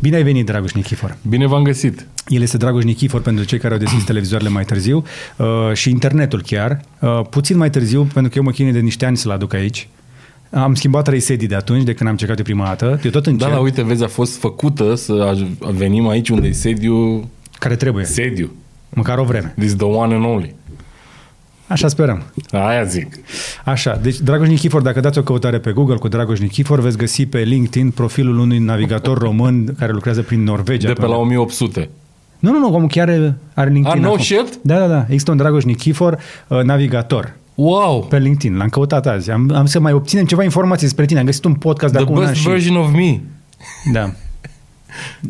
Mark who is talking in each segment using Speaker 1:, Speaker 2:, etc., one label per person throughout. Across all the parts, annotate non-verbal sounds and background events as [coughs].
Speaker 1: Bine ai venit, Dragoș Nichifor!
Speaker 2: Bine v-am găsit!
Speaker 1: El este Dragoș Nichifor pentru cei care au
Speaker 2: [clears throat]
Speaker 1: deschis televizoarele mai târziu uh, și internetul chiar. Uh, puțin mai târziu, pentru că eu mă chinuie de niște ani să-l aduc aici. Am schimbat trei sedii de atunci, de când am încercat de prima dată. Eu tot încerc.
Speaker 2: Da, da, uite, vezi, a fost făcută să aj- venim aici unde e sediu,
Speaker 1: Care trebuie.
Speaker 2: sediu.
Speaker 1: Măcar o vreme.
Speaker 2: This is the one and only.
Speaker 1: Așa sperăm.
Speaker 2: Aia zic.
Speaker 1: Așa, deci Dragoș Nichifor, dacă dați o căutare pe Google cu Dragoș Nichifor, veți găsi pe LinkedIn profilul unui
Speaker 2: [laughs]
Speaker 1: navigator român care lucrează prin Norvegia.
Speaker 2: De pe la 1800.
Speaker 1: Nu, nu, nu, omul chiar are, are LinkedIn.
Speaker 2: Ah, no
Speaker 1: acum.
Speaker 2: shit?
Speaker 1: Da, da, da. Există un Dragoș Nichifor, uh, navigator,
Speaker 2: Wow!
Speaker 1: pe LinkedIn. L-am căutat azi. Am, am să mai obținem ceva informații despre tine. Am găsit un podcast de
Speaker 2: The
Speaker 1: acum un an
Speaker 2: best
Speaker 1: și...
Speaker 2: version of me.
Speaker 1: Da.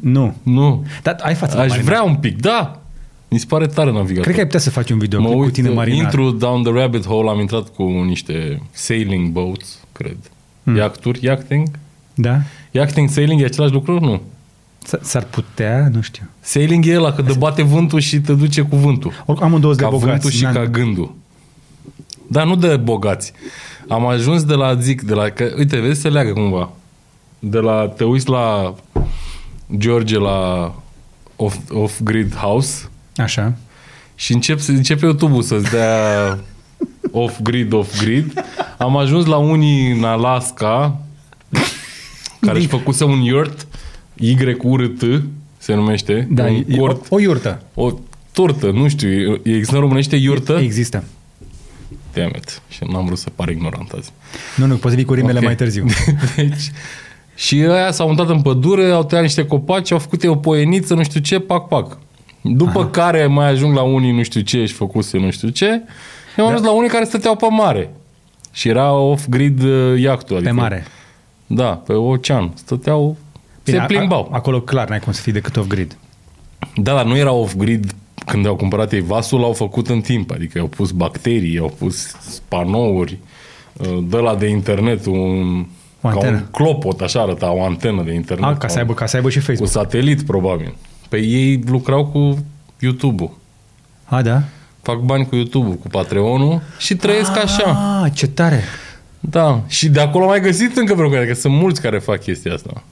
Speaker 1: Nu.
Speaker 2: Nu.
Speaker 1: Dar ai față de
Speaker 2: Aș
Speaker 1: marinar.
Speaker 2: vrea un pic, da! Mi se pare tare navigator.
Speaker 1: Cred că ai putea să faci un video
Speaker 2: mă
Speaker 1: cu
Speaker 2: uit, uh,
Speaker 1: tine marinar.
Speaker 2: intru down the rabbit hole, am intrat cu niște sailing boats, cred.
Speaker 1: Hmm.
Speaker 2: Mm. Iacturi, yachting?
Speaker 1: Da?
Speaker 2: Yachting, sailing e același lucru? Nu.
Speaker 1: S- S-ar putea, nu știu.
Speaker 2: Sailing e ăla, că te bate vântul și te duce cu vântul.
Speaker 1: Oricum am un dos de
Speaker 2: Ca vântul
Speaker 1: bogați.
Speaker 2: și
Speaker 1: N-am-
Speaker 2: ca gândul. Dar nu de bogați. Am ajuns de la, zic, de la, că, uite, vezi, se leagă cumva. De la, te uiți la George la off, off-grid house
Speaker 1: Așa.
Speaker 2: și încep, să- începe YouTube-ul să-ți
Speaker 1: [laughs]
Speaker 2: dea off-grid, off-grid. Am ajuns la unii în Alaska care își făcuse un yurt, Y-U-R-T, se numește,
Speaker 1: Da,
Speaker 2: un
Speaker 1: e- o,
Speaker 2: cort,
Speaker 1: o iurtă.
Speaker 2: o tortă, nu știu, există în românește iurtă?
Speaker 1: Există.
Speaker 2: Damn it. Și n-am vrut să par ignorant azi.
Speaker 1: Nu, nu, poți să vii cu rimele
Speaker 2: Ok.
Speaker 1: mai târziu.
Speaker 2: [laughs] deci, și ăia s-au mutat în pădure, au tăiat niște copaci, au făcut ei o poieniță, nu știu ce, pac, pac. După Aha. care mai ajung la unii nu știu ce și făcuse nu știu ce,
Speaker 1: Da.
Speaker 2: eu am ajuns la unii care stăteau pe mare. Și era off-grid uh, iactul.
Speaker 1: Pe
Speaker 2: [laughs] adică-
Speaker 1: mare.
Speaker 2: Da, pe ocean. Stăteau,
Speaker 1: Bine,
Speaker 2: se
Speaker 1: a-
Speaker 2: plimbau.
Speaker 1: a- Acolo clar n-ai cum să fii decât off-grid.
Speaker 2: Da, dar nu era off-grid când au cumpărat ei vasul, l-au făcut în timp. Adică au pus bacterii, au pus panouri, uh, de la de internet, un,
Speaker 1: O
Speaker 2: ca un
Speaker 1: antenă.
Speaker 2: clopot, așa arăta, o antenă de internet.
Speaker 1: A, ca
Speaker 2: Sau
Speaker 1: să aibă, ca să aibă și
Speaker 2: Cu
Speaker 1: Facebook.
Speaker 2: satelit, probabil. Pe ei lucrau cu YouTube-ul.
Speaker 1: A, da?
Speaker 2: Fac bani cu YouTube-ul, cu Patreon-ul și trăiesc
Speaker 1: Ah.
Speaker 2: așa.
Speaker 1: A, ce tare.
Speaker 2: Da. Și de acolo am mai găsit încă vreo care, că sunt mulți care fac chestia asta.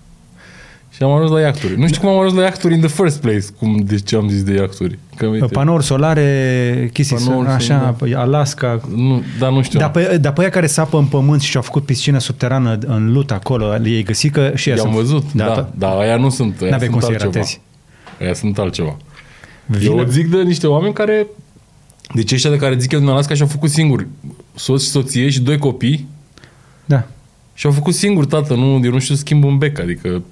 Speaker 2: Și am ajuns la iahturi. Nu știu cum am ajuns la iahturi in the first place, cum, de ce am zis de iahturi. Că, uite,
Speaker 1: Panouri solare, chestii,
Speaker 2: Panouri
Speaker 1: Panouri așa, Alaska.
Speaker 2: Nu, dar nu știu.
Speaker 1: Dar pe, dar pe aia care sapă în pământ și au făcut piscină subterană în lut acolo, ei găsi că și ea
Speaker 2: I-am
Speaker 1: sunt-
Speaker 2: văzut, da, da,
Speaker 1: to-
Speaker 2: dar aia nu sunt, aia
Speaker 1: N-aveai cum
Speaker 2: sunt
Speaker 1: să-i
Speaker 2: altceva.
Speaker 1: ratezi.
Speaker 2: Aia sunt altceva.
Speaker 1: Vină-
Speaker 2: Eu zic de niște oameni care, deci ăștia de care zic eu din Alaska și-au făcut singuri soț și soție și doi copii
Speaker 1: Da.
Speaker 2: și-au făcut singur tată, nu, eu nu știu să schimb un bec, adică
Speaker 1: Ok.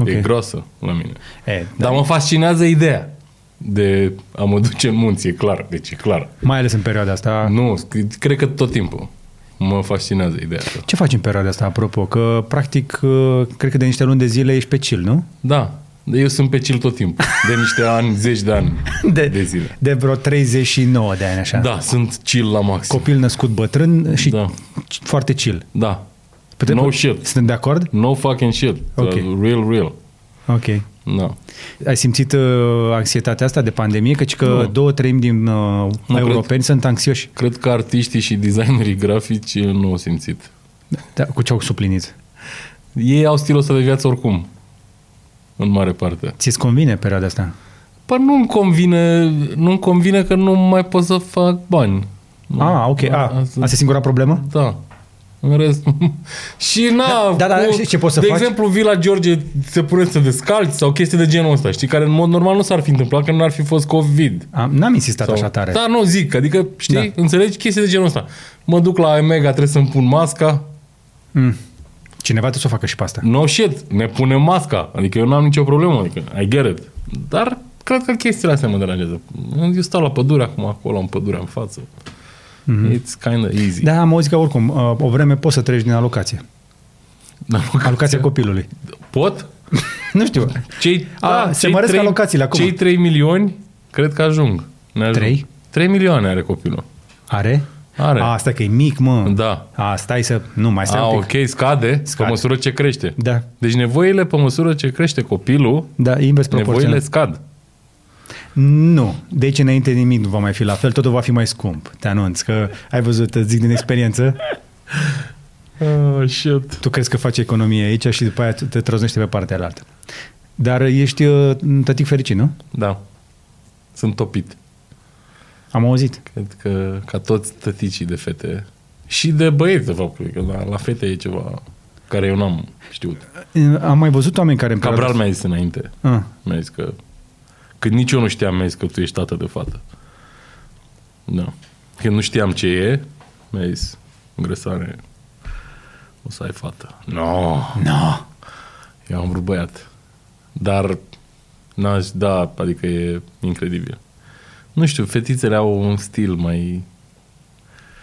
Speaker 2: okay. e groasă la mine.
Speaker 1: E,
Speaker 2: Da. Dar mă fascinează ideea de a mă duce în munți, e clar, deci e clar.
Speaker 1: mai ales în perioada asta.
Speaker 2: Nu, cred- cred că tot timpul mă fascinează ideea asta.
Speaker 1: Ce faci în perioada asta, apropo? Că, practic, ă, cred că de niște luni de zile ești pe chill, nu?
Speaker 2: Da, eu sunt pe chill tot timpul, de niște [laughs] ani, zeci de ani de, de zile.
Speaker 1: De vreo 39 de ani, așa.
Speaker 2: Da, sunt chill la maxim.
Speaker 1: Copil născut bătrân și da.
Speaker 2: Da.
Speaker 1: foarte chill.
Speaker 2: Da.
Speaker 1: Pe te-
Speaker 2: No shit.
Speaker 1: Suntem de acord?
Speaker 2: No fucking shit.
Speaker 1: Ok.
Speaker 2: Real, real.
Speaker 1: Ok.
Speaker 2: Da.
Speaker 1: Ai simțit uh, anxietatea asta de pandemie? Căci că
Speaker 2: Nu.
Speaker 1: două treimi din uh,
Speaker 2: cred.
Speaker 1: europeni sunt anxioși.
Speaker 2: Cred că artiștii și designerii grafici eh, nu au simțit.
Speaker 1: Da, cu ce au suplinit?
Speaker 2: Ei au stilul ăsta de viață oricum. În mare parte.
Speaker 1: Ți-ți convine perioada asta?
Speaker 2: Păi nu-mi convine, nu-mi convine că nu mai pot să fac bani. Da,
Speaker 1: No. Ah, ok. A,
Speaker 2: Asta-
Speaker 1: asta e singura problemă?
Speaker 2: Da. În rest... [laughs] și na...
Speaker 1: Da, da, da,
Speaker 2: cu-
Speaker 1: știi ce poți să
Speaker 2: De
Speaker 1: faci?
Speaker 2: exemplu, vila George se pune să descalți sau chestii de genul ăsta, știi? Care în mod normal nu s-ar fi întâmplat că nu ar fi fost COVID.
Speaker 1: Am, Ah, n-am insistat
Speaker 2: Sau-
Speaker 1: așa tare.
Speaker 2: Da, nu zic, adică, știi, da. înțelegi chestii de genul ăsta. Mă duc la Mega, trebuie să-mi pun masca.
Speaker 1: Mm. Cineva trebuie să o facă și pe asta.
Speaker 2: No shit, ne punem masca. Adică eu n-am nicio problemă, adică I get it. Dar cred că chestiile astea mă deranjează. Eu stau la pădure acum, acolo, în pădurea în față. Mm-hmm. It's kind of easy.
Speaker 1: Mhm. Da, am auzit că oricum, uh, o vreme poți să treci din alocație.
Speaker 2: Dar nu-
Speaker 1: Alocația copilului.
Speaker 2: Pot?
Speaker 1: nu știu.
Speaker 2: Cei,
Speaker 1: A, se măresc
Speaker 2: trei-
Speaker 1: alocațiile acum.
Speaker 2: Cei 3 milioane, cred că ajung. Ne ajung.
Speaker 1: Trei?
Speaker 2: 3 milioane are copilul.
Speaker 1: Are?
Speaker 2: Are.
Speaker 1: A, asta că e mic, mă.
Speaker 2: Da.
Speaker 1: A, stai să... Nu, mai stai
Speaker 2: A,
Speaker 1: Ah. un pic.
Speaker 2: ok, scade, scade
Speaker 1: Scade.
Speaker 2: pe măsură ce crește.
Speaker 1: Da.
Speaker 2: Deci nevoile pe măsură ce crește copilul,
Speaker 1: Da, e invers
Speaker 2: nevoile
Speaker 1: proporțional.
Speaker 2: scad.
Speaker 1: Nu. De aici înainte nimic nu va mai fi la fel, totul va fi mai scump. Te anunț că ai văzut, îți zic din experiență,
Speaker 2: Oh, shit.
Speaker 1: Ah, tu crezi că faci economie aici și după aia te trăznește pe partea altă. Dar ești uh, un tătic fericit, nu?
Speaker 2: Da. Sunt topit.
Speaker 1: Am auzit.
Speaker 2: Cred că ca toți tăticii de fete și de băieți, de fapt, cred că da, la, la fete e ceva care eu n-am știut.
Speaker 1: Uh, Am mai văzut oameni care... în
Speaker 2: Cabral
Speaker 1: perioada-
Speaker 2: mi-a zis înainte.
Speaker 1: Ah,
Speaker 2: Mi-a zis că... Când nici eu nu știam, mi-a zis că tu ești tată de fată. Da. Când nu știam ce e, mi-a zis, îngrăsare, o să ai fată. No,
Speaker 1: no.
Speaker 2: eu am vrut băiat. Dar, n-aș, da, adică e incredibil. Nu știu, fetițele au un stil mai...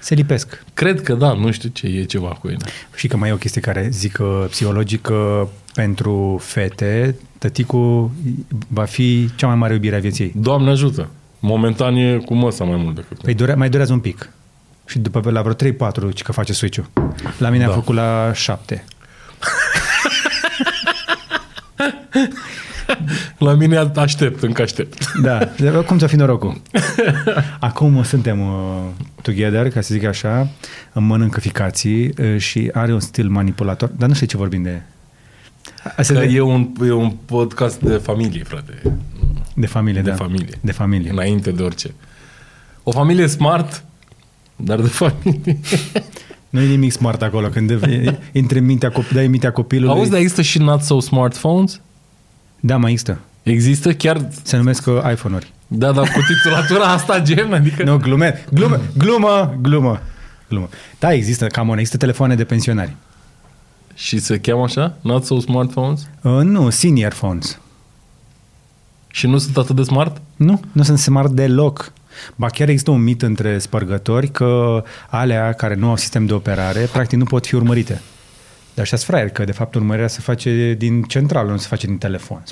Speaker 1: Se lipesc.
Speaker 2: Cred că da, nu știu ce, e ceva cu ele.
Speaker 1: Și că mai e o chestie care zic că psihologic că pentru fete, tăticul va fi cea mai mare iubire a vieții ei.
Speaker 2: Doamne ajută! Momentan e cu măsa mai mult decât...
Speaker 1: Păi dure, mai durează un pic. Și după la vreo 3-4 ci că face switch-ul. La mine da. a făcut la 7.
Speaker 2: La mine aștept, încă aștept.
Speaker 1: Da, de- cum ți-a fi
Speaker 2: [laughs]
Speaker 1: norocul? Acum suntem uh, together, ca să zic așa, îmi mănâncă ficații uh, și are un stil manipulator, dar nu știu ce vorbim de... Asta
Speaker 2: [laughs] Că
Speaker 1: de,
Speaker 2: e, un, e un podcast de familie, frate.
Speaker 1: de familie,
Speaker 2: de
Speaker 1: da.
Speaker 2: familie.
Speaker 1: De familie.
Speaker 2: Înainte de orice. O familie smart, dar de familie.
Speaker 1: Nu e nimic smart acolo, când
Speaker 2: [laughs]
Speaker 1: de- intri în mintea, cop- dai în mintea copilului.
Speaker 2: Auzi, dar există și not so smartphones?
Speaker 1: Da, mai există.
Speaker 2: Există chiar,
Speaker 1: Se numesc uh, iPhone-uri.
Speaker 2: da, dar cu [laughs] titulatura asta gen, adică...
Speaker 1: Nu, glume, glumă, glumă, glumă, glumă. Da, există, cam on, există telefoane de pensionari.
Speaker 2: Și se cheamă așa? Not so smartphones?
Speaker 1: Uh, nu, senior phones.
Speaker 2: Și nu sunt atât de smart?
Speaker 1: Nu, nu sunt smart deloc. Ba chiar există un mit între spărgători că alea care nu au sistem de operare, practic nu pot fi urmărite. Dar așa fraier, că de fapt urmărirea se face din centrală, nu se face din telefon.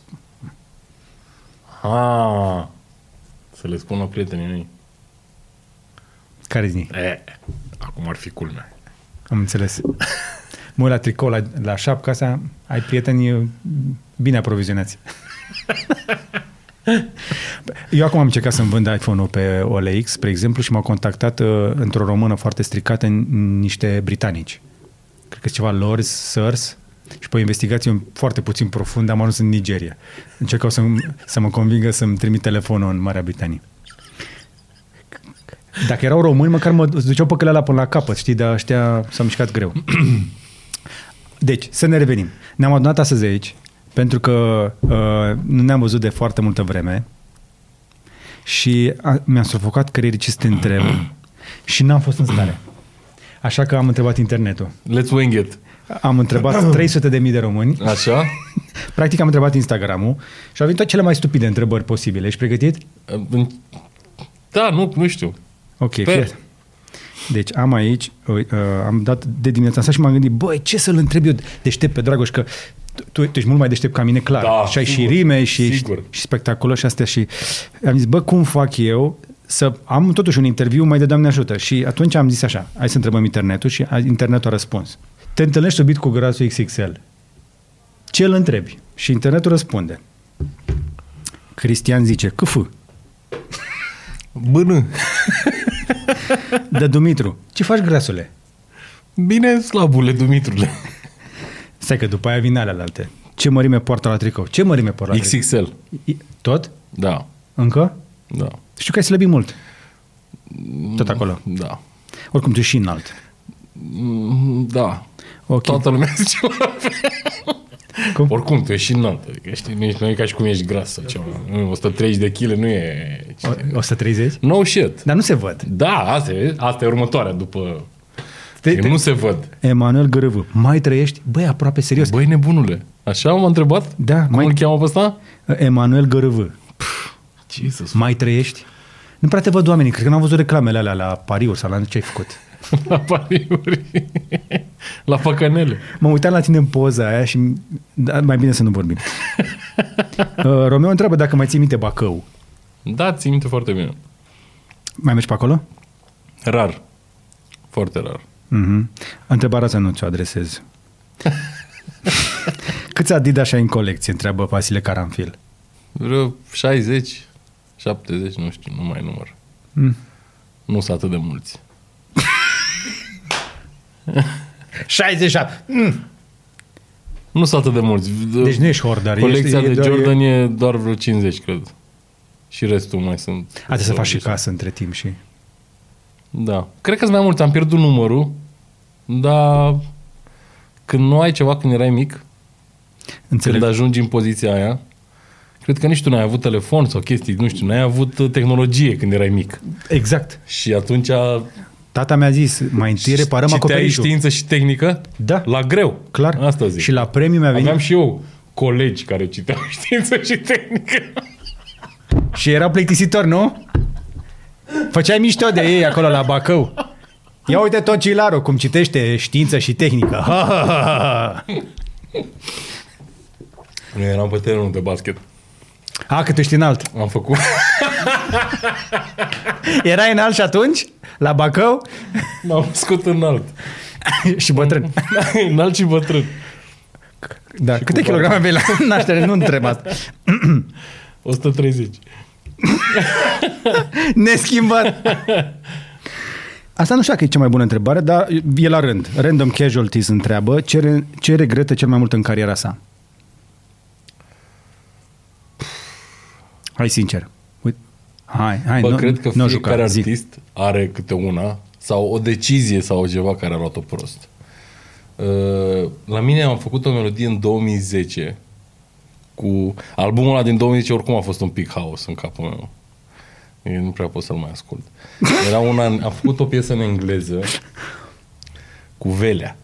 Speaker 2: Ah, să le spun la prietenii mei.
Speaker 1: Care zi?
Speaker 2: E, acum ar fi culmea.
Speaker 1: Am înțeles. Mă uit la tricou, la, la șapca asta, ai prieteni bine aprovizionați. Eu acum am încercat să-mi vând iPhone-ul pe OLX, spre exemplu, și m-au contactat uh, într-o română foarte stricată în niște britanici. Cred că ceva Lords, Sirs, și pe o investigație foarte puțin profundă am ajuns în Nigeria. Încercau să, să mă convingă să-mi trimit telefonul în Marea Britanie. Dacă erau români, măcar mă duceau pe călea la până la capăt, știi, dar ăștia s-au mișcat greu. Deci, să ne revenim. Ne-am adunat astăzi aici, pentru că uh, nu ne-am văzut de foarte multă vreme și a, mi-am sufocat creierii ce să te întreb [clears throat] și n-am fost în stare. Așa că am întrebat internetul.
Speaker 2: Let's wing it.
Speaker 1: Am întrebat 300 de mii de români,
Speaker 2: [laughs] Așa?
Speaker 1: practic am întrebat Instagram-ul și au venit toate cele mai stupide întrebări posibile. Ești pregătit?
Speaker 2: Da, nu, nu știu.
Speaker 1: Ok,
Speaker 2: Pe-
Speaker 1: fie. Deci am aici, uh, am dat de dimineața asta și m-am gândit, băi, ce să-l întreb eu deștept pe Dragoș, că tu, tu ești mult mai deștept ca mine, clar.
Speaker 2: Da,
Speaker 1: și ai
Speaker 2: sigur,
Speaker 1: și rime și, și,
Speaker 2: sigur.
Speaker 1: și spectaculos și astea și... Am zis, bă, cum fac eu să am totuși un interviu mai de Doamne ajută? Și atunci am zis așa, hai să întrebăm internetul și a- internetul a răspuns. Te întâlnești subit cu grasul XXL. Ce îl întrebi? Și internetul răspunde. Cristian zice,
Speaker 2: [laughs]
Speaker 1: câfâ.
Speaker 2: Bână.
Speaker 1: De Dumitru, ce faci grasule?
Speaker 2: Bine, slabule, Dumitrule.
Speaker 1: Stai că după aia vin alea alte. Ce mărime poartă la tricou? Ce mărime poartă la tricou?
Speaker 2: XXL.
Speaker 1: I- Tot?
Speaker 2: Da,
Speaker 1: Încă?
Speaker 2: da.
Speaker 1: Știu că ai slăbit mult. Tot acolo.
Speaker 2: Da.
Speaker 1: Oricum tu ești și înalt.
Speaker 2: Mm, Da.
Speaker 1: Ok.
Speaker 2: Toată lumea [laughs] zice la fel.
Speaker 1: Cum?
Speaker 2: Oricum, tu ești și înalt. Adică, știi, nu, ești, nu e ca și cum ești gras sau ceva. Nu, 130 de kg nu e... deci,
Speaker 1: O, 130?
Speaker 2: No shit.
Speaker 1: Dar nu se văd.
Speaker 2: Da, asta e, asta e următoarea după...
Speaker 1: Te-
Speaker 2: Că Nu se văd.
Speaker 1: Emanuel Gârâvă, mai trăiești? Băi, aproape serios.
Speaker 2: Băi, nebunule. Așa m-a întrebat?
Speaker 1: Da,
Speaker 2: Cum
Speaker 1: mai-
Speaker 2: îl cheamă pe ăsta?
Speaker 1: Emanuel Gârâvă,
Speaker 2: Jesus.
Speaker 1: mai trăiești? Nu prea te văd oamenii. Cred că n-am văzut reclamele alea la pariuri sau la ce ai făcut.
Speaker 2: [laughs] La pariuri. La păcănele.
Speaker 1: Mă uitam la tine în poza aia și... Da, mai bine să nu vorbim. Uh, Romeo întreabă dacă mai ții minte Bacău.
Speaker 2: Da, ții minte foarte bine.
Speaker 1: Mai mergi pe acolo?
Speaker 2: Rar. Foarte rar.
Speaker 1: Mm-hmm. Întrebarea asta nu ți-o adresez. Câți Adidas ai în colecție? Întreabă Vasile Caranfil.
Speaker 2: Vreo 60, 70, nu știu, nu mai număr.
Speaker 1: Mm.
Speaker 2: Nu sunt atât de mulți.
Speaker 1: 67. Mm.
Speaker 2: Nu sunt atât de mulți.
Speaker 1: Deci nu ești hoarder.
Speaker 2: Colecția
Speaker 1: ești,
Speaker 2: de
Speaker 1: doar-
Speaker 2: Jordan e... doar vreo 50, cred. Și restul mai sunt.
Speaker 1: A, trebuie să faci și
Speaker 2: 20.
Speaker 1: casă între timp și...
Speaker 2: Da. Cred că sunt mai mulți. Am pierdut numărul, dar când nu ai ceva când erai mic,
Speaker 1: Înțeleg.
Speaker 2: când ajungi în poziția aia, cred că nici tu n-ai avut telefon sau chestii, nu știu, n-ai avut uh, tehnologie când erai mic.
Speaker 1: Exact.
Speaker 2: Și atunci
Speaker 1: Tata mi-a zis, mai întâi reparăm
Speaker 2: citeai
Speaker 1: acoperișul.
Speaker 2: știință și tehnică
Speaker 1: Da.
Speaker 2: la greu.
Speaker 1: Clar.
Speaker 2: Asta zic.
Speaker 1: Și la premiu mi-a venit
Speaker 2: Aveam și eu colegi care citeau [laughs] știință și tehnică.
Speaker 1: Și era plictisitor, nu? Făceai mișto de ei acolo la Bacău. Ia uite tot Cilaru, cum citește știință și tehnică. Ha,
Speaker 2: Ah.
Speaker 1: ha, ha, ha.
Speaker 2: Noi eram pe terenul de basket.
Speaker 1: A, cât ești înalt.
Speaker 2: Am făcut... [laughs]
Speaker 1: Erai înalt și atunci? La Bacău?
Speaker 2: M-am născut înalt.
Speaker 1: și
Speaker 2: [laughs]
Speaker 1: bătrân.
Speaker 2: înalt și bătrân.
Speaker 1: Da, câte
Speaker 2: cu
Speaker 1: kilograme aveai la [laughs] naștere? Nu întreb asta.
Speaker 2: 130.
Speaker 1: Neschimbat. Asta nu știu dacă e cea mai bună întrebare, dar e la rând. Random Casualties întreabă ce, re- ce regretă cel mai mult în cariera sa. Hai sincer. Uite. Hai, hai,
Speaker 2: Bă,
Speaker 1: nu,
Speaker 2: cred că
Speaker 1: nu
Speaker 2: fiecare
Speaker 1: juca, zic.
Speaker 2: artist are câte una sau o decizie sau ceva care a luat-o prost. Uh, La mine am făcut o melodie în 2010 cu albumul ăla din 2010 oricum a fost un pic haos în capul meu. Eu nu prea pot să-l mai ascult. Era una, am făcut o piesă în engleză cu Velea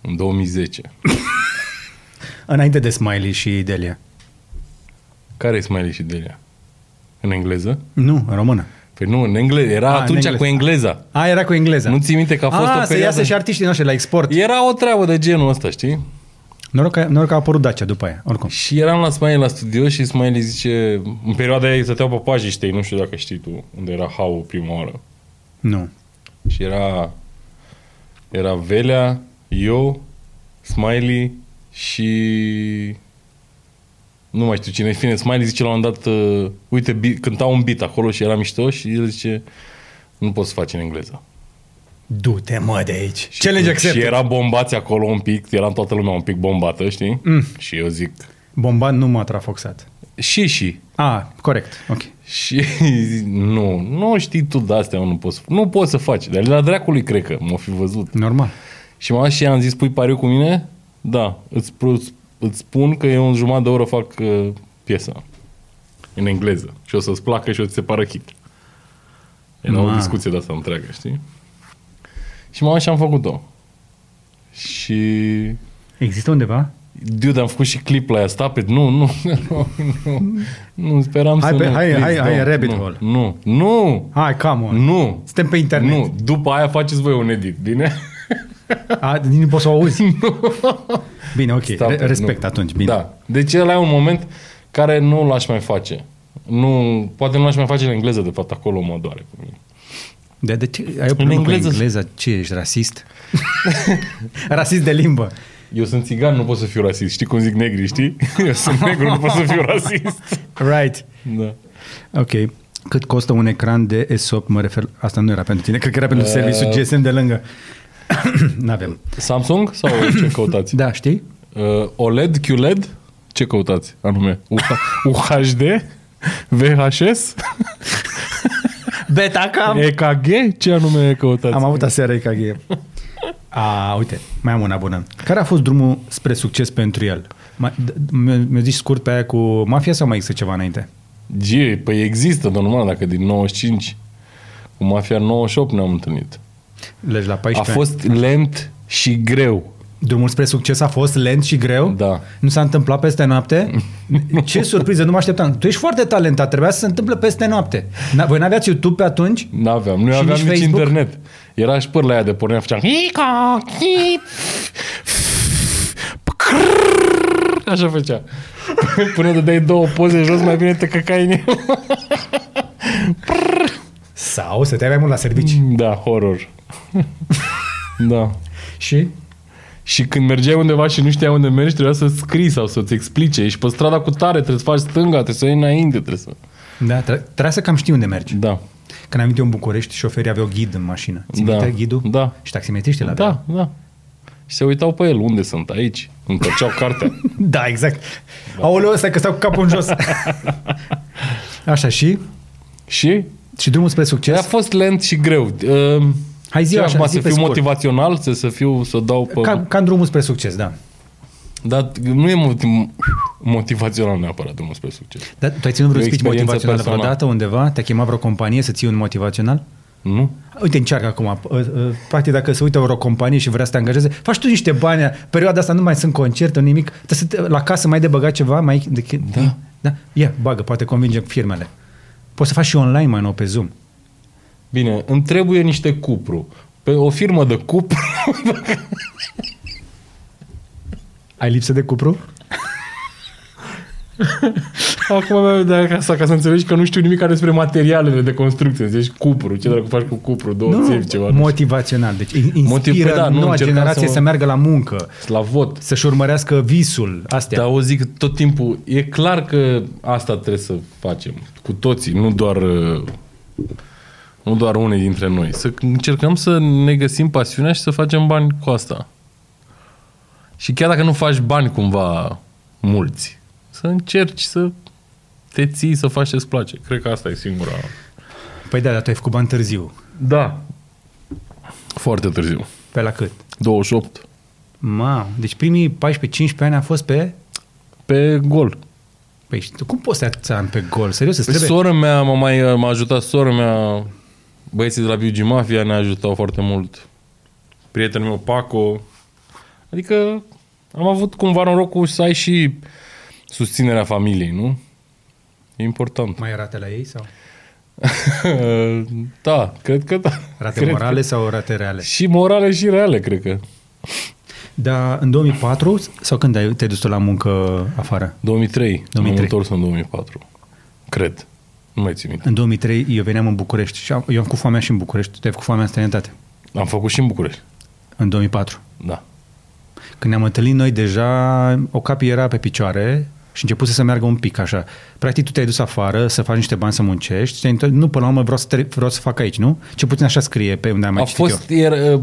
Speaker 2: în 2010.
Speaker 1: Înainte de Smiley și Delia.
Speaker 2: Care e Smiley și Delia? În engleză?
Speaker 1: Nu, în română.
Speaker 2: Păi nu, în engleză. Era
Speaker 1: Ah, în
Speaker 2: atunci
Speaker 1: engleză.
Speaker 2: cu engleza.
Speaker 1: A, era cu engleza.
Speaker 2: Nu ții minte că a fost
Speaker 1: a,
Speaker 2: o
Speaker 1: să
Speaker 2: perioadă-
Speaker 1: iasă și artiștii noștri la export.
Speaker 2: Era o treabă de genul ăsta, știi?
Speaker 1: Noroc că, noroc că a apărut Dacia după aia, oricum.
Speaker 2: Și eram la Smiley la studio și Smiley zice... În perioada aia îi stăteau pe pajiștei, nu știu dacă știi tu, unde era Hau prima oară.
Speaker 1: Nu.
Speaker 2: Și era... Era Velea, eu, Smiley și... Nu mai știu cine. În fine, Smiley zice la un moment dat... uh, uite, bi- cânta un beat acolo și era mișto și el zice... Nu poți să faci în engleză.
Speaker 1: Du-te, mă, de aici.
Speaker 2: Și-
Speaker 1: Challenge
Speaker 2: Și
Speaker 1: accepted.
Speaker 2: era bombați acolo un pic, eram toată lumea un pic bombată, știi? Mm. Și eu zic,
Speaker 1: Bomban nu m-a trafoxat.
Speaker 2: și și.
Speaker 1: A, corect, ok.
Speaker 2: Și [laughs] zic, nu, nu știi tu de astea, nu poți, nu poți să faci. Dar la dracului cred că m-o fi văzut.
Speaker 1: Normal.
Speaker 2: Și m-am și am zis, pui pariu cu mine? Da, îți, pro- îți spun că eu în jumătate de oră fac uh, piesa. În engleză. Și o să-ți placă și o să ți se pară hit. Era o
Speaker 1: Ma.
Speaker 2: discuție de asta întreagă, știi? Și m-am și am făcut-o. Și
Speaker 1: Există undeva?
Speaker 2: Dude, am făcut și clip la ea. Stop it. Nu, [laughs] nu, nu, nu. Nu, speram
Speaker 1: Hai
Speaker 2: să
Speaker 1: pe-
Speaker 2: nu.
Speaker 1: hai-
Speaker 2: Please,
Speaker 1: hai- hai
Speaker 2: don't.
Speaker 1: în rabbit
Speaker 2: nu,
Speaker 1: hole.
Speaker 2: Nu, nu,
Speaker 1: Hai, come on.
Speaker 2: nu.
Speaker 1: Suntem pe internet.
Speaker 2: Nu, după aia faceți voi un edit, bine?
Speaker 1: A, nici nu poți să o
Speaker 2: [laughs]
Speaker 1: auzi. Bine, ok.
Speaker 2: Stop
Speaker 1: Re-
Speaker 2: it,
Speaker 1: respect
Speaker 2: nu.
Speaker 1: atunci. Bine.
Speaker 2: Da. Deci ăla e un moment care nu l-aș mai face. Nu, poate nu l-aș mai face în engleză, de fapt, acolo mă doare pe mine.
Speaker 1: De, de ce? Ai o problemă cu
Speaker 2: engleză-
Speaker 1: engleza? Ce ești, rasist? [laughs] rasist de limbă.
Speaker 2: Eu sunt țigan, nu pot să fiu rasist. Știi cum zic negri, știi? [laughs] Eu sunt negru, nu pot să fiu rasist.
Speaker 1: [laughs] Right.
Speaker 2: Da.
Speaker 1: Ok. Cât costă un ecran de ESOP? Mă refer... Asta nu era pentru tine, cred că era pentru
Speaker 2: Uh.
Speaker 1: serviciul GSM de lângă. [coughs] N-avem.
Speaker 2: Samsung sau ce căutați?
Speaker 1: Da, știi?
Speaker 2: Uh, OLED, QLED? Ce căutați anume? UH- UHD? VHS?
Speaker 1: Betacam.
Speaker 2: EKG? Ce anume căutați?
Speaker 1: Am avut aseară EKG. [laughs] A, uite, mai am una bună. Care a fost drumul spre succes pentru el? Mai- d- d- Mi-o mi-o zici scurt pe aia cu mafia sau mai există ceva înainte?
Speaker 2: G, păi există, dar normal, dacă din 95 cu Mafia 98 ne-am întâlnit.
Speaker 1: Legi la 14
Speaker 2: A fost lent și greu.
Speaker 1: ani. Drumul spre succes a fost lent și greu?
Speaker 2: Da.
Speaker 1: Nu s-a întâmplat peste
Speaker 2: [laughs]
Speaker 1: noapte? Ce surpriză, nu mă așteptam. Tu ești foarte talentat, trebuia să se întâmple peste noapte. N- voi n-aveați YouTube pe atunci?
Speaker 2: N-aveam, nu
Speaker 1: Și
Speaker 2: aveam nici,
Speaker 1: nici Facebook?
Speaker 2: internet. Era șpăr la aia de pornea, făceam hica, hip, crrrr, Așa făcea. [laughs] Până dădeai două poze jos, mai bine te căcai în el.
Speaker 1: Sau să te ai mai mult la servici.
Speaker 2: Da, horror. [laughs] da.
Speaker 1: Și?
Speaker 2: Și când mergeai undeva și nu știai unde mergi, trebuia să scrii sau să-ți explice. Ești pe strada cu tare, trebuie să faci stânga, trebuie să iei înainte, trebuie să...
Speaker 1: Da, tre- trebuia să cam știi unde mergi.
Speaker 2: Da.
Speaker 1: Când am venit eu în București, șoferii aveau ghid în mașină. Ți
Speaker 2: Da.
Speaker 1: da. ghidul?
Speaker 2: Da.
Speaker 1: Și taximetriștii la
Speaker 2: Da, da. Și se uitau pe el, unde sunt aici? Încărceau cartea.
Speaker 1: [laughs] Da, exact. Aoleu, ăsta că stau cu capul în
Speaker 2: [laughs]
Speaker 1: jos. Așa, și?
Speaker 2: și
Speaker 1: Și drumul spre
Speaker 2: a
Speaker 1: succes?
Speaker 2: fost lent și greu. Uh,
Speaker 1: Hai zi
Speaker 2: ce
Speaker 1: așa,
Speaker 2: acum,
Speaker 1: zi
Speaker 2: să
Speaker 1: pe
Speaker 2: fiu
Speaker 1: scurt.
Speaker 2: motivațional, să, să fiu, să dau pe...
Speaker 1: Ca, ca în drumul spre succes, da.
Speaker 2: Dar nu e motiv- motivațional neapărat drumul spre succes.
Speaker 1: Dar Da, tu ai ținut
Speaker 2: E
Speaker 1: vreun
Speaker 2: o
Speaker 1: speech
Speaker 2: experiență
Speaker 1: motivațional
Speaker 2: personală.
Speaker 1: vreodată undeva? Te-a chemat vreo companie să ții un motivațional?
Speaker 2: Nu?
Speaker 1: Uite, încearcă acum. Uh, uh, Practic, dacă se uită vreo companie și vrea să te angajeze, faci tu niște bani, perioada asta nu mai sunt concerte, nimic. Trebuie să te, la casă mai de băgat ceva, mai... De, da. da. Ia, bagă, poate convinge firmele. Poți să faci și online, mai nou, pe Zoom.
Speaker 2: Bine, îmi trebuie niște cupru. Pe o firmă de cupru,
Speaker 1: Ai lipsă de cupru?
Speaker 2: acum mi-am dat de acasă ca să înțelegi că nu știu nimic despre materialele de construcție. Deci cupru, ce dracu faci cu cupru, două nu, țevi, ceva. Mo-
Speaker 1: motivațional. Deci in- inspiră
Speaker 2: da,
Speaker 1: da,
Speaker 2: nu,
Speaker 1: noua
Speaker 2: încercam
Speaker 1: generație
Speaker 2: să-
Speaker 1: să... să meargă la muncă,
Speaker 2: la vot.
Speaker 1: să-și urmărească visul, astea.
Speaker 2: Dar o zic tot timpul, e clar că asta trebuie să facem cu toții, nu doar uh, nu doar unii dintre noi. Să încercăm să ne găsim pasiunea și să facem bani cu asta. Și chiar dacă nu faci bani cumva mulți, să încerci să te ții, să faci ce-ți place. Cred că asta e singura.
Speaker 1: Păi da, dar tu ai făcut bani târziu.
Speaker 2: Da. Foarte târziu.
Speaker 1: Pe la cât?
Speaker 2: 28.
Speaker 1: Ma, deci primii 14-15 ani a fost pe...
Speaker 2: Pe gol.
Speaker 1: Păi și tu cum poți să atâția ani pe gol? Serios, îți
Speaker 2: Păi
Speaker 1: trebuie...
Speaker 2: sora mea m-a, mai, uh, m-a ajutat, sora mea, băieții de la Biugi Mafia ne ajutau foarte mult. Prietenul meu, Paco. Adică am avut cumva norocul să ai și susținerea familiei, nu? E important. [laughs]
Speaker 1: Mai rate la ei sau?
Speaker 2: da, cred că da.
Speaker 1: Rate
Speaker 2: cred
Speaker 1: cred morale că... sau rate reale?
Speaker 2: Că. Și morale și reale, cred că.
Speaker 1: Dar în 2004 sau când ai, te-ai dus tu la muncă afară?
Speaker 2: 2003. 2003. M-am
Speaker 1: 2003.
Speaker 2: întors în 2004. Cred. Nu mai țin minte.
Speaker 1: În 2003 eu veneam în București și am, eu am făcut foamea și în București, tu ai făcut foamea în străinătate.
Speaker 2: Am făcut și în București.
Speaker 1: În 2004.
Speaker 2: Da.
Speaker 1: Când ne-am întâlnit noi deja, o capi era pe picioare și începuse să meargă un pic așa. Practic tu te-ai dus afară să faci niște bani să muncești, te-ai întors, nu, până la urmă vreau să, te, vreau să fac aici, nu? Ce puțin așa scrie pe unde am mai
Speaker 2: A
Speaker 1: citit eu.
Speaker 2: fost ieri, uh,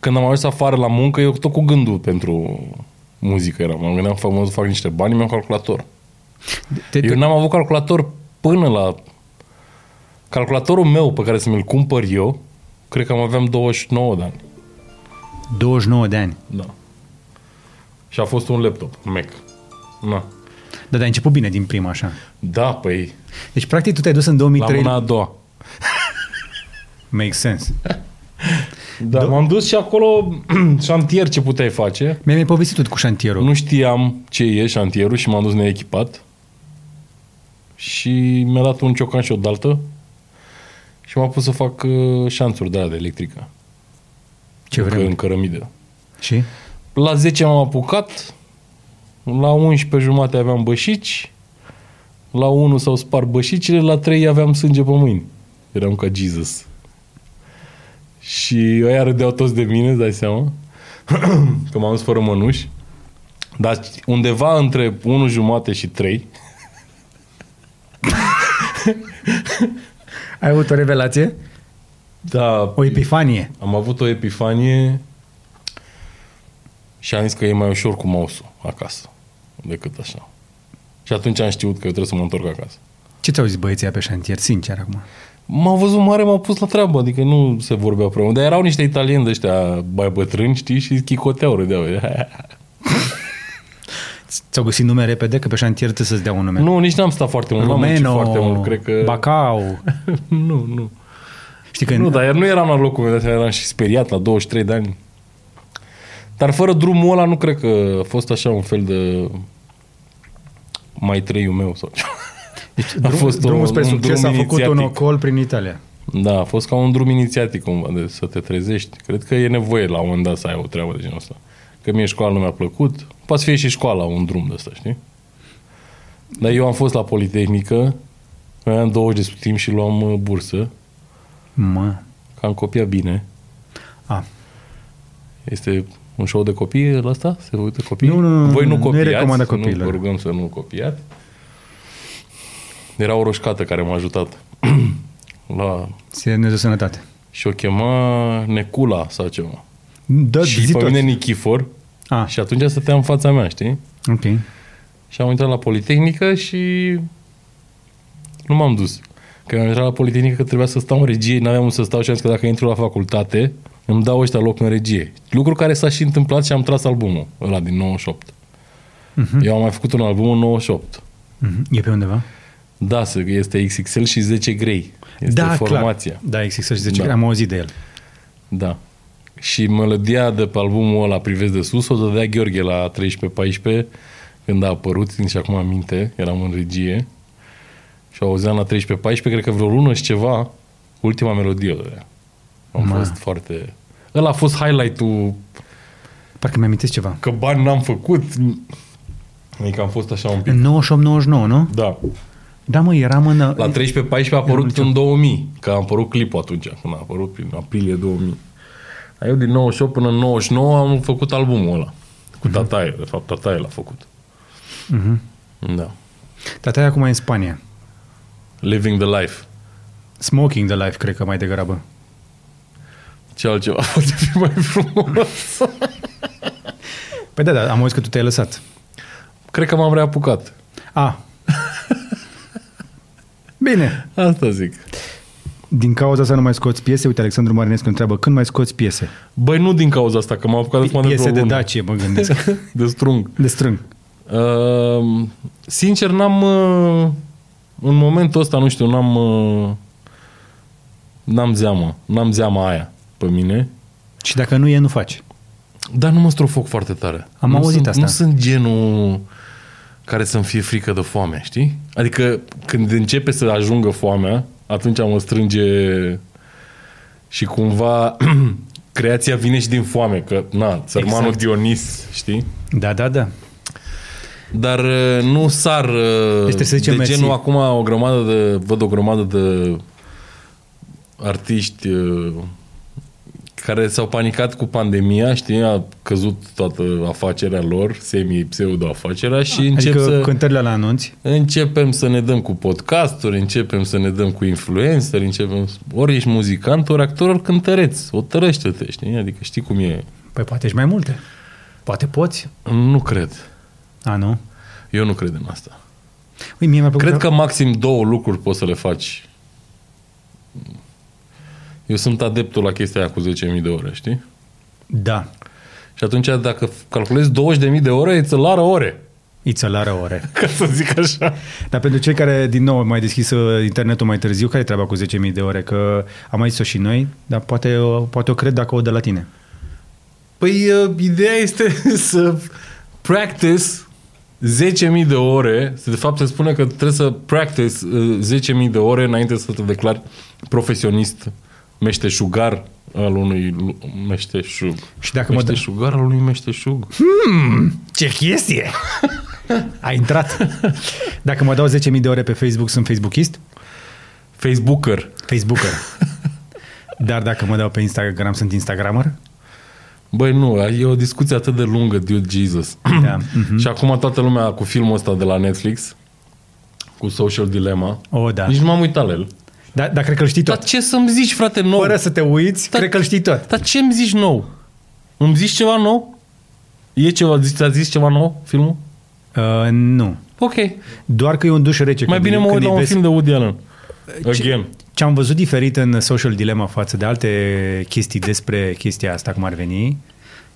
Speaker 2: când am ajuns afară la muncă, eu tot cu gândul pentru muzică eram. Mă gândeam fac, fac niște bani, mi-am calculator.
Speaker 1: Te, te,
Speaker 2: Eu n-am avut calculator până la... Calculatorul meu pe care să mi-l cumpăr eu, cred că am aveam 29 de ani.
Speaker 1: 29 de ani.
Speaker 2: Da. Și a fost un laptop, Mac. Na.
Speaker 1: Da, dar ai început bine din prima așa.
Speaker 2: Da, păi,
Speaker 1: Deci practic tu te-ai dus în
Speaker 2: la
Speaker 1: 2003.
Speaker 2: mâna a doua.
Speaker 1: Make sense.
Speaker 2: Da, m-am dus și acolo [clears throat] șantier ce puteai face.
Speaker 1: Mi-ai mai povestit tu cu șantierul.
Speaker 2: Nu știam ce e șantierul și m-am dus neechipat. Și mi-a dat un ciocan și o daltă și m-a pus să fac uh, șanțuri de alea de electrică.
Speaker 1: Ce
Speaker 2: Că
Speaker 1: vrem?
Speaker 2: în cărămidă.
Speaker 1: Și?
Speaker 2: La 10 m-am apucat, la 11 jumate aveam bășici, la 1 s-au spart bășicile, la 3 aveam sânge pe mâini. Eram ca Jesus. Și ăia râdeau toți de mine, îți dai seama? [clears throat] că m-am dus fără mănuși. Dar undeva între 1 jumate și 3,
Speaker 1: Ai avut o revelație?
Speaker 2: da,
Speaker 1: O epifanie.
Speaker 2: am avut o epifanie și am zis că e mai ușor cu mouse acasă decât așa. Și atunci am știut că eu trebuie să mă întorc acasă.
Speaker 1: Ce ți-au zis băieții ăia pe șantier, sincer acum?
Speaker 2: M-au văzut mare, m-au pus la treabă, adică nu se vorbea prea mult. Dar erau niște italieni de ăștia mai bătrâni, știi, și chicoteau, râdeau.
Speaker 1: Ți-au găsit nume repede? Că pe șantier trebuie să-ți dea un nume.
Speaker 2: nu, nici n-am stat foarte mult, n-am muncit
Speaker 1: Romeno,
Speaker 2: foarte mult, cred că...
Speaker 1: Bacau.
Speaker 2: nu, nu.
Speaker 1: Știi că
Speaker 2: Nu, dar nu eram la locul meu, de aceea eram și speriat la 23 de ani. Dar fără drumul ăla nu cred că a fost așa un fel de mai trăiul meu sau ceva.
Speaker 1: deci,
Speaker 2: a fost
Speaker 1: drumul
Speaker 2: un-
Speaker 1: spre
Speaker 2: un
Speaker 1: succes
Speaker 2: drum
Speaker 1: a făcut un
Speaker 2: inițiatic.
Speaker 1: ocol prin Italia.
Speaker 2: Da, a fost ca un drum inițiatic cumva, de să te trezești. Cred că e nevoie la un moment dat să ai o treabă de genul ăsta. Că mie școala nu mi-a plăcut. Poate să fie și școala un drum de ăsta, știi? Dar eu am fost la Politehnică, aveam 20 de timp și luam uh, bursă,
Speaker 1: Mă.
Speaker 2: că am copiat bine.
Speaker 1: A,
Speaker 2: Este un show de copii la asta? Se uită copii?
Speaker 1: Nu, nu, nu,
Speaker 2: Voi nu
Speaker 1: nu-i
Speaker 2: copiați,
Speaker 1: recomandă
Speaker 2: nu
Speaker 1: copiilor.
Speaker 2: vă rugăm să nu copiați. Era o roșcată care m-a ajutat [clears throat] la...
Speaker 1: ți Dumnezeu sănătate.
Speaker 2: Și o chema Necula sau ceva.
Speaker 1: Dă,
Speaker 2: și
Speaker 1: Da, zi
Speaker 2: pe
Speaker 1: tot.
Speaker 2: mine Nichifor.
Speaker 1: Ah,
Speaker 2: Și atunci stătea în fața mea, știi?
Speaker 1: ok.
Speaker 2: Și am intrat la Politehnică și nu m-am dus. Că am intrat la Politehnică că trebuia să stau în regie, n-aveam unde să stau și am zis că dacă intru la facultate, îmi dau ăștia loc în regie. Lucru care s-a și întâmplat și am tras albumul ăla din 98. Uh-huh. Eu am mai făcut un album în 98.
Speaker 1: Mhm. E pe undeva?
Speaker 2: Da, să- este XXL și 10 grei. Este
Speaker 1: da,
Speaker 2: formația.
Speaker 1: clar. Da, există și 10
Speaker 2: Da.
Speaker 1: da. Am auzit de el.
Speaker 2: Da. Și melodia de pe albumul ăla Privesc de sus o dădea Gheorghe la 13-14 când a apărut, țin și acum aminte, eram în regie și o auzeam la 13-14, cred că vreo lună și ceva, ultima melodie o dădea. Am
Speaker 1: Ma.
Speaker 2: fost foarte... Ăla a fost highlight-ul
Speaker 1: Parcă mi-am ceva.
Speaker 2: că bani n-am făcut. Adică am fost așa un pic...
Speaker 1: În 98-99, nu?
Speaker 2: Da.
Speaker 1: Da, mă, eram în...
Speaker 2: La 13-14 a apărut în 2000, că a apărut clipul atunci, când a apărut prin aprilie 2000. Dar eu din 98 până în 99 am făcut albumul ăla. Cu Tataie, de fapt Tataie l-a făcut.
Speaker 1: Mhm.
Speaker 2: Da.
Speaker 1: Tataia acum e în Spania.
Speaker 2: Living the Life.
Speaker 1: Smoking the life, cred că mai degrabă.
Speaker 2: Ce altceva [laughs] poate fi mai frumos?
Speaker 1: Păi da, da, am auzit că tu te-ai lăsat.
Speaker 2: Cred că m-am reapucat.
Speaker 1: A.
Speaker 2: [laughs]
Speaker 1: Bine.
Speaker 2: Asta zic.
Speaker 1: Din cauza asta nu mai scoți piese? Uite, Alexandru Marinescu întreabă, când mai scoți piese?
Speaker 2: Băi, nu din cauza asta, că m-am apucat acum de
Speaker 1: piese
Speaker 2: vreo
Speaker 1: de
Speaker 2: lună.
Speaker 1: Dacie, mă gândesc.
Speaker 2: de strung.
Speaker 1: De strâng.
Speaker 2: Uh, sincer, n-am... Uh, în momentul ăsta, nu știu, n-am... Uh, n-am zeamă. N-am zeama aia pe mine.
Speaker 1: Și dacă nu e, nu faci.
Speaker 2: Dar nu mă strofoc foarte tare.
Speaker 1: Am
Speaker 2: nu
Speaker 1: auzit
Speaker 2: sunt,
Speaker 1: asta.
Speaker 2: Nu sunt genul care să-mi fie frică de foame, știi? Adică când începe să ajungă foamea, atunci mă strânge și cumva [clears throat] creația vine și din foame, că na, țărmanul
Speaker 1: Exact.
Speaker 2: Dionis, știi?
Speaker 1: Da, da, da.
Speaker 2: Dar uh, nu sar uh,
Speaker 1: trebuie să
Speaker 2: de
Speaker 1: zicem
Speaker 2: genul
Speaker 1: mersi.
Speaker 2: acum o grămadă de, văd o grămadă de artiști uh, care s-au panicat cu pandemia, știi, a căzut toată afacerea lor, semi-pseudo-afacerea și încep
Speaker 1: Adică
Speaker 2: să...
Speaker 1: cântările la anunți.
Speaker 2: Începem să ne dăm cu podcasturi, începem să ne dăm cu influencer, începem... Ori ești muzicant, ori actor, ori cântăreț. O tărăște-te, știi? Adică știi cum e.
Speaker 1: Păi poate ești mai multe. Poate poți.
Speaker 2: Nu cred.
Speaker 1: A, nu?
Speaker 2: Eu nu cred în asta.
Speaker 1: Ui, mie mi-a plăcut.
Speaker 2: Cred că maxim două lucruri poți să le faci. Eu sunt adeptul la chestia aia cu 10.000 de ore, știi?
Speaker 1: Da.
Speaker 2: Și atunci dacă f- calculezi 20.000 de ore, îți lară ore. [laughs]
Speaker 1: Ițălară ore.
Speaker 2: Ca să zic așa.
Speaker 1: Dar pentru cei care, din nou, mai deschis uh, internetul mai târziu, care e treaba cu 10.000 de ore? Că am mai zis-o și noi, dar poate, o- poate o cred dacă o de la tine.
Speaker 2: Păi uh, ideea este [laughs] să practice 10.000 de ore. De fapt se spune că trebuie să practice uh, 10.000 de ore înainte să te declari profesionist meșteșugar al unui lu- meșteșug.
Speaker 1: Și dacă mă dă-
Speaker 2: meșteșugar al unui meșteșug.
Speaker 1: Ce chestie! A intrat. Dacă mă dau 10.000 de ore pe Facebook, sunt facebookist?
Speaker 2: Facebooker.
Speaker 1: Facebooker. Dar dacă mă dau pe Instagram, sunt instagramer?
Speaker 2: Băi, nu, e o discuție atât de lungă, dude Jesus.
Speaker 1: Da.
Speaker 2: Și acum toată lumea cu filmul ăsta de la Netflix, cu Social Dilemma.
Speaker 1: O, da.
Speaker 2: Nici nu m-am uitat la el.
Speaker 1: Dar, dar cred că îl știi
Speaker 2: Dar
Speaker 1: tot.
Speaker 2: ce să-mi zici, frate, nou?
Speaker 1: Fără să te uiți,
Speaker 2: Da.
Speaker 1: cred că îl știi tot.
Speaker 2: Dar ce îmi zici nou? Îmi zici ceva nou? E ceva, zi- ți-a zis ceva nou filmul?
Speaker 1: Uh, nu.
Speaker 2: Ok.
Speaker 1: Doar că e un duș rece.
Speaker 2: Mai
Speaker 1: când-
Speaker 2: bine mă
Speaker 1: când
Speaker 2: uit
Speaker 1: îi
Speaker 2: la un
Speaker 1: vezi-
Speaker 2: film de Woody Allen. Again.
Speaker 1: Ce am văzut diferit în Social Dilemma față de alte chestii despre chestia asta, cum ar veni,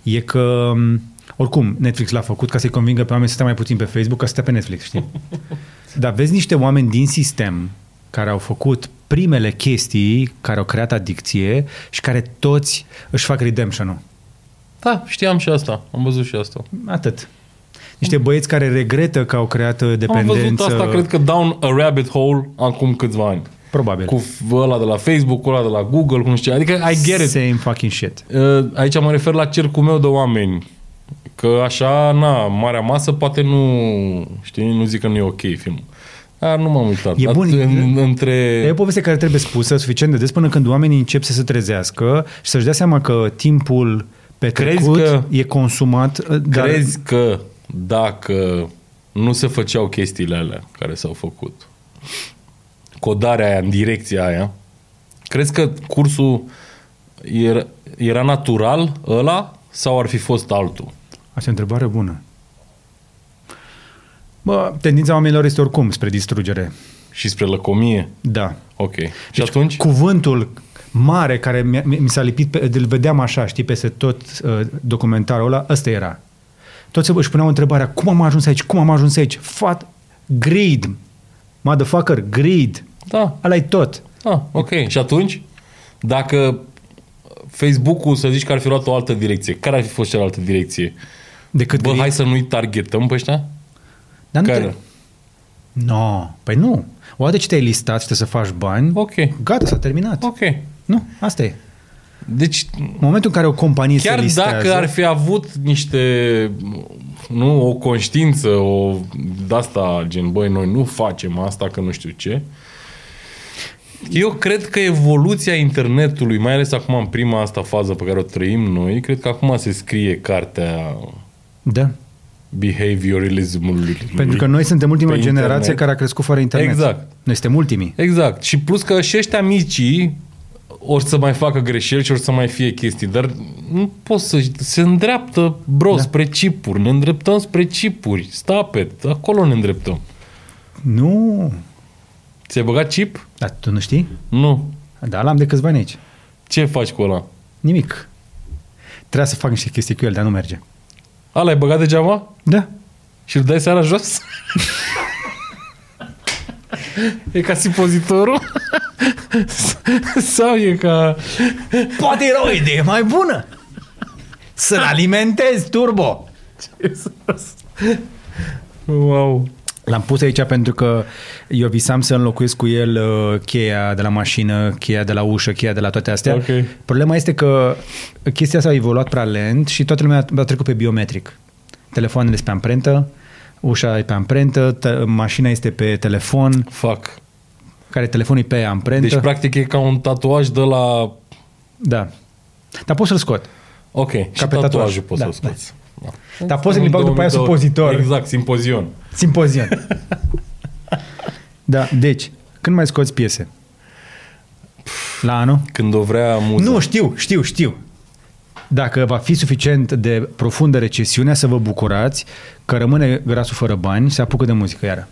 Speaker 1: e că, m, oricum, Netflix l-a făcut ca să-i convingă pe oameni să stea mai puțin pe Facebook, ca să stea pe Netflix,
Speaker 2: [laughs]
Speaker 1: știi? Dar vezi niște oameni din sistem care au făcut primele chestii care au creat adicție și care toți își fac redemption-ul.
Speaker 2: Da, știam și asta. Am văzut și asta.
Speaker 1: Atât. Niște băieți care regretă că au creat uh,
Speaker 2: Am
Speaker 1: dependență.
Speaker 2: văzut asta, cred că, down a rabbit hole acum câțiva ani.
Speaker 1: Probabil.
Speaker 2: Cu f- ăla de la Facebook, cu ăla de la Google, cu nu știu ce. Adică I get it.
Speaker 1: Same fucking shit.
Speaker 2: Uh, Aici mă refer la cercul meu de oameni. Că așa, na, marea masă poate nu, știi, nu zic că nu e ok filmul. Dar nu m-am uitat.
Speaker 1: E bun.
Speaker 2: În, între...
Speaker 1: Dar E o poveste care trebuie spusă suficient de des până când oamenii încep să se trezească și să-și dea seama că timpul petrecut
Speaker 2: Crezi că-
Speaker 1: e consumat. uh, Dar
Speaker 2: Crezi că dacă nu se făceau chestiile alea care s-au făcut, codarea aia în direcția aia, crezi că cursul era, era natural ăla sau ar fi fost altul?
Speaker 1: Asta e o întrebare bună. Bă, tendința oamenilor este oricum spre distrugere.
Speaker 2: Și spre lăcomie?
Speaker 1: Da.
Speaker 2: Ok. Deci, și atunci?
Speaker 1: Cuvântul mare care mi, mi s-a lipit, pe, îl vedeam așa, știi, peste tot uh, documentarul ăla, ăsta era. Toți își puneau întrebarea, cum am ajuns aici, cum am ajuns aici? Fat, greed, motherfucker, greed.
Speaker 2: Da.
Speaker 1: ăla e tot.
Speaker 2: Ah, ok. Și atunci? Dacă Facebook-ul, să zici că ar fi luat o altă direcție, care ar fi fost cealaltă direcție?
Speaker 1: Decât
Speaker 2: Bă,
Speaker 1: greed.
Speaker 2: hai să nu-i targetăm pe ăștia?
Speaker 1: Dar nu
Speaker 2: Care?
Speaker 1: te... No, păi nu. Odată ce te-ai listat și te să faci bani,
Speaker 2: Ok.
Speaker 1: gata, s-a terminat.
Speaker 2: Ok.
Speaker 1: Nu, asta e.
Speaker 2: Deci,
Speaker 1: În momentul în care o companie se
Speaker 2: chiar
Speaker 1: listează,
Speaker 2: dacă ar fi avut niște, nu, o conștiință, o de-asta, gen, băi, noi nu facem asta, că nu știu ce, eu cred că evoluția internetului, mai ales acum în prima asta fază pe care o trăim noi, cred că acum se scrie cartea
Speaker 1: Da.
Speaker 2: behaviorismului.
Speaker 1: Pentru că noi suntem ultima
Speaker 2: Pe
Speaker 1: generație
Speaker 2: internet.
Speaker 1: care a crescut fără internet.
Speaker 2: Exact.
Speaker 1: Noi suntem ultimii.
Speaker 2: Exact. Și plus că și ăștia micii ori să mai facă greșeli și ori să mai fie chestii, dar nu poți să... Se îndreaptă, bro, da. spre chipuri. Ne îndreptăm spre chipuri. Stapet. Acolo ne îndreptăm.
Speaker 1: Nu.
Speaker 2: Ți-ai băgat chip?
Speaker 1: Dar tu nu știi?
Speaker 2: Nu.
Speaker 1: Da, l-am de câțiva ani aici.
Speaker 2: Ce faci cu ăla?
Speaker 1: Nimic. Trebuia să fac niște chestii cu el, dar nu merge.
Speaker 2: Ala, ai băgat degeaba?
Speaker 1: Da.
Speaker 2: Și îl dai seara jos? [laughs] e ca simpozitorul? [laughs] Sau e ca...
Speaker 1: Poate era o idee mai bună. Să-l alimentezi, turbo.
Speaker 2: Wow.
Speaker 1: L-am pus aici pentru că eu visam să înlocuiesc cu el uh, cheia de la mașină, cheia de la ușă, cheia de la toate astea.
Speaker 2: Ok.
Speaker 1: Problema este că chestia asta a evoluat prea lent și toată lumea a trecut pe biometric. Telefoanele sunt pe amprentă, ușa e pe amprentă, t- mașina este pe telefon,
Speaker 2: Fuck.
Speaker 1: care telefonul e pe amprentă.
Speaker 2: Deci, practic, e ca un tatuaj de la
Speaker 1: da. Dar pot să-l scot.
Speaker 2: Ok, Ca și
Speaker 1: pe tatuaj.
Speaker 2: tatuajul poți
Speaker 1: Da,
Speaker 2: să-l scoți. Da.
Speaker 1: Dar poți să-l bag după aia supozitor.
Speaker 2: Exact, simpozion.
Speaker 1: Simpozion. da, deci, când mai scoți piese? La anul?
Speaker 2: Când o vrea muza.
Speaker 1: Nu, știu, știu, știu. Dacă va fi suficient de profundă recesiunea să vă bucurați că rămâne grasul fără bani și se apucă de muzică iară.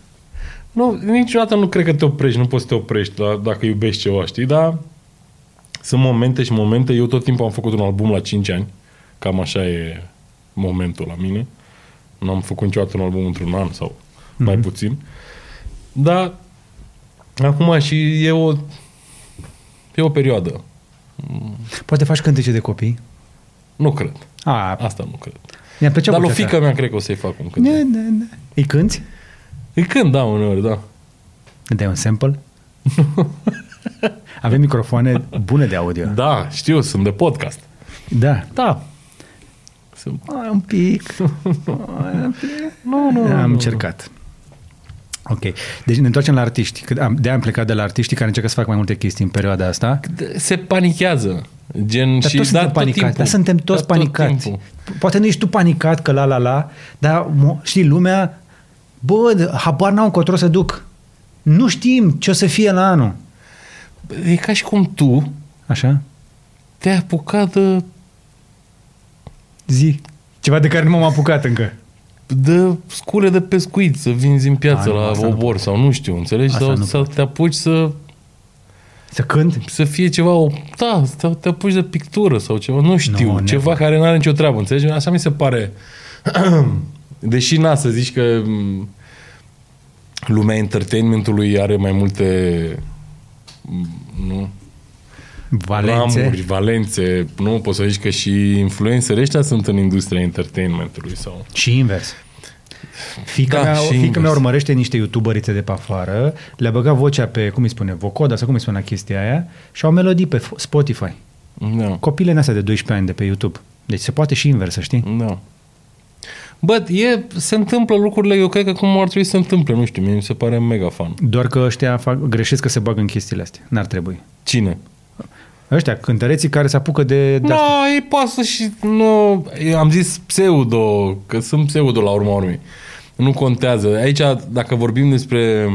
Speaker 2: nu, niciodată nu cred că te oprești, nu poți să te oprești la, dacă iubești ceva, știi, dar sunt momente și momente. Eu tot timpul am făcut un album la 5 ani, cam așa e momentul la mine. Nu am făcut niciodată un album într-un an sau mm-hmm.
Speaker 1: Mhm.
Speaker 2: mai puțin. Dar acum și e o, e o perioadă.
Speaker 1: Poate faci cântece de copii?
Speaker 2: Nu cred.
Speaker 1: A,
Speaker 2: Asta nu cred.
Speaker 1: mi-a plăcea
Speaker 2: Dar lui
Speaker 1: vocea ta.
Speaker 2: fică mea cred că o să-i fac un cântec.
Speaker 1: Ne, ne, ne. Îi cânti?
Speaker 2: Îi când, da, uneori, da.
Speaker 1: Ne dai un
Speaker 2: [laughs]
Speaker 1: sample? Avem microfoane bune de audio.
Speaker 2: Da, știu, sunt de podcast.
Speaker 1: Da.
Speaker 2: Da. Sunt...
Speaker 1: Ai, un pic. Ai, un pic. Nu, nu.
Speaker 2: Oh.
Speaker 1: Am încercat. Ok. Deci ne întoarcem la artiști. Că am- De-aia am plecat de la artiștii care încercă să facă mai multe chestii în perioada asta.
Speaker 2: Se panichează. Gen
Speaker 1: Dar
Speaker 2: și
Speaker 1: toți suntem
Speaker 2: tot
Speaker 1: panicați,
Speaker 2: timpul.
Speaker 1: dar suntem toți
Speaker 2: Dar tot
Speaker 1: panicați.
Speaker 2: timpul.
Speaker 1: Poate nu ești tu panicat că la la la, dar mo- știi, lumea, bă, habar n-au încotro să duc. Nu știm ce o să fie la anul.
Speaker 2: E ca și cum tu
Speaker 1: Așa?
Speaker 2: te-ai apucat de,
Speaker 1: Zi. Ceva de care nu m-am apucat încă.
Speaker 2: de scule de pescuit, să vinzi în piață
Speaker 1: A, nu,
Speaker 2: la
Speaker 1: asta nu
Speaker 2: obor sau nu știu, înțelegi?
Speaker 1: Asta
Speaker 2: sau
Speaker 1: nu
Speaker 2: să te apuci să,
Speaker 1: Să cânt?
Speaker 2: să fie ceva, o, da, să te apuci de pictură sau ceva, nu știu,
Speaker 1: never.
Speaker 2: ceva care nu are nicio treabă, înțelegi? Așa mi se pare. [clears throat] Deși, na, să zici că m, lumea entertainmentului are mai multe m, nu?
Speaker 1: Valențe.
Speaker 2: ramuri, valențe, nu? Poți să zici că și influencerii ăștia sunt în industria entertainmentului sau...
Speaker 1: Și invers. Fica,
Speaker 2: Da,
Speaker 1: da, mea,
Speaker 2: și
Speaker 1: fica
Speaker 2: invers.
Speaker 1: mea urmărește niște youtuberițe de pe afară, le-a băgat vocea pe, cum îi spune, vocoda sau cum îi spune chestia aia și au melodii pe F- Spotify.
Speaker 2: Da.
Speaker 1: Copile în astea de 12 ani de pe YouTube. Deci se poate și invers, să știi?
Speaker 2: Da. Bă, e, se întâmplă lucrurile, eu cred că cum ar trebui să se întâmple, nu știu, mie mi se pare mega fan.
Speaker 1: Doar că ăștia fac, greșesc că se bagă în chestiile astea. N-ar trebui.
Speaker 2: Cine?
Speaker 1: Ăștia, cântăreții care se apucă de... de astea.
Speaker 2: Da, ei pasă și nu... eu Am zis pseudo, că sunt pseudo la urma urmei. Nu contează. Aici, dacă vorbim despre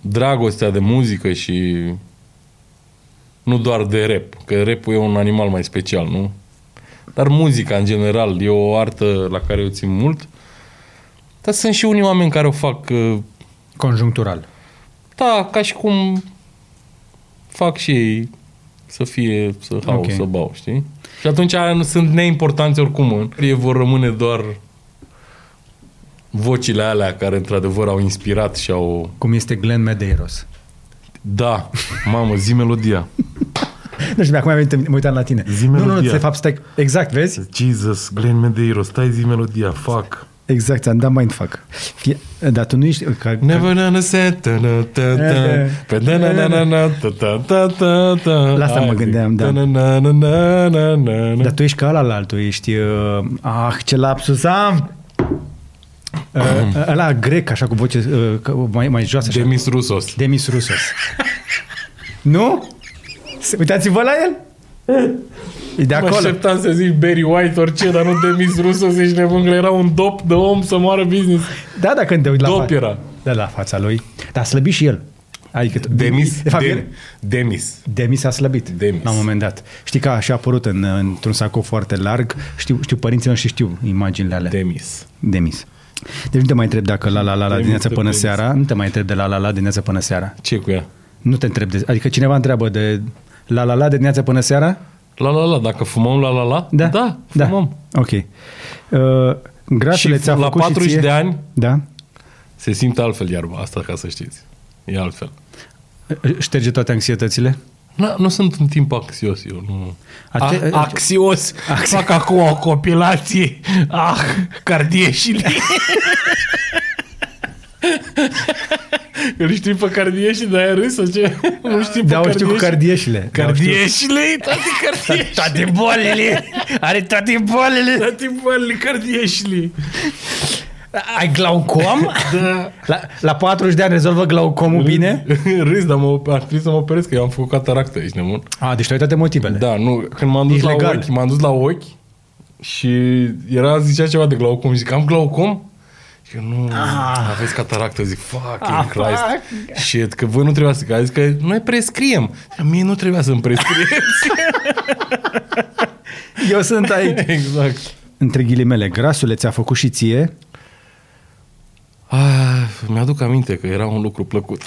Speaker 2: dragostea de muzică și Nu doar de rap, că rapul e un animal mai special, nu? Dar muzica, în general, e o artă la care eu țin mult. Dar sunt și unii oameni care o fac, uh,
Speaker 1: Conjunctural.
Speaker 2: da, ca și cum fac și ei să fie, să hau,
Speaker 1: Ok.
Speaker 2: okay. să bau, știi? Și atunci aia nu sunt neimportanți oricum. Ei vor rămâne doar vocile alea care într-adevăr au inspirat și au...
Speaker 1: Cum este Glenn Medeiros.
Speaker 2: Da, mamă, zi melodia.
Speaker 1: Nu știu, acum am venit, mă uitam la tine.
Speaker 3: Zi
Speaker 1: nu, nu, nu,
Speaker 3: melodia.
Speaker 1: de fapt, stai, exact, vezi?
Speaker 3: Jesus, Glenn Medeiros, stai zi melodia, fuck.
Speaker 1: Exact, ți-am dat mindfuck. Fie, dar tu nu ești... Ca, ca,
Speaker 2: Never gonna say ta na ta
Speaker 1: [laughs]
Speaker 2: ta Pe da na na na na ta ta ta ta ta
Speaker 1: La asta mă
Speaker 2: Aia zic.
Speaker 1: gândeam, da.
Speaker 2: Na na na na na na na
Speaker 1: dar tu ești ca ăla la altul, ești... Uh, ah, ce lapsus am! Uh, ăla grec, așa, cu voce uh, că- mai, mai joasă. Așa.
Speaker 2: Demis Rusos.
Speaker 1: Demis Rusos. nu? Se- Uitați-vă la el! E de
Speaker 2: Mă
Speaker 1: acolo.
Speaker 2: așteptam să zic Barry White orice, dar nu Demis Rusos, ești nebun, că era un dop de om să moară business.
Speaker 1: Da, da, când te uiți la
Speaker 2: Dop
Speaker 1: fa-
Speaker 2: era.
Speaker 1: Da, la fața lui. Dar a slăbit și el. Adică,
Speaker 2: Demis,
Speaker 1: de fapt, el,
Speaker 2: Dem- Demis.
Speaker 1: Demis a slăbit
Speaker 2: Demis.
Speaker 1: la un moment dat. Știi că a și apărut în, într-un sacou foarte larg. Știu, știu părinții noștri știu imaginile alea.
Speaker 2: Demis.
Speaker 1: Demis. Deci nu te mai întreb dacă la la la la
Speaker 2: Demis
Speaker 1: dimineața
Speaker 2: de
Speaker 1: până
Speaker 2: Demis.
Speaker 1: seara, nu te mai întreb de la la la dimineața până seara.
Speaker 2: Ce cu ea?
Speaker 1: Nu te întreb de, adică cineva întreabă de la la la de dimineața până seara?
Speaker 2: La la la, dacă fumăm la la la?
Speaker 1: Da.
Speaker 2: Da,
Speaker 1: da.
Speaker 2: fumăm.
Speaker 1: Ok. Uh, grasele
Speaker 2: Și
Speaker 1: ți-a
Speaker 2: la
Speaker 1: făcut
Speaker 2: 40
Speaker 1: și ție...
Speaker 2: de ani?
Speaker 1: Da.
Speaker 2: Se simte altfel iarba, asta ca să știți. E altfel.
Speaker 1: Șterge toate anxietățile?
Speaker 2: Na, nu sunt în timp axios, eu nu...
Speaker 1: Ace-
Speaker 2: A, axios! Axi... Fac acum o compilație a cardieșile. Îl știi pe cardieșii, dar ai râs sau ce? Nu știi pe
Speaker 1: Da, o știu cu cardieșile. Da, o știu.
Speaker 2: Cardieșile, toate cardieșile. Toate bolile. Are toate
Speaker 1: Da.
Speaker 2: bolile. Toate bolile, cardieșile.
Speaker 1: Ai glaucom?
Speaker 2: Da.
Speaker 1: La, la 40 de ani rezolvă glaucomul bine?
Speaker 2: Râs, dar mă, ar trebui să mă operez, că eu am făcut cataractă, ești nebun.
Speaker 1: A, deci tu ai toate motivele.
Speaker 2: Da, nu, când m-am dus
Speaker 1: Ești
Speaker 2: la
Speaker 1: legal.
Speaker 2: ochi, m-am dus la ochi și era, zicea ceva de glaucom, zic, am glaucom? Și eu, nu, ah. aveți cataractă, zic, fucking ah, Christ. Fuck. Shit, că voi nu trebuia să, că a zis că noi prescriem. Și mie nu trebuia să-mi [laughs] prescrieți.
Speaker 1: Eu sunt aici.
Speaker 2: [laughs] exact.
Speaker 1: Între ghilimele, grasule ți-a făcut și ție?
Speaker 2: Ah, mi-aduc aminte că era un lucru plăcut.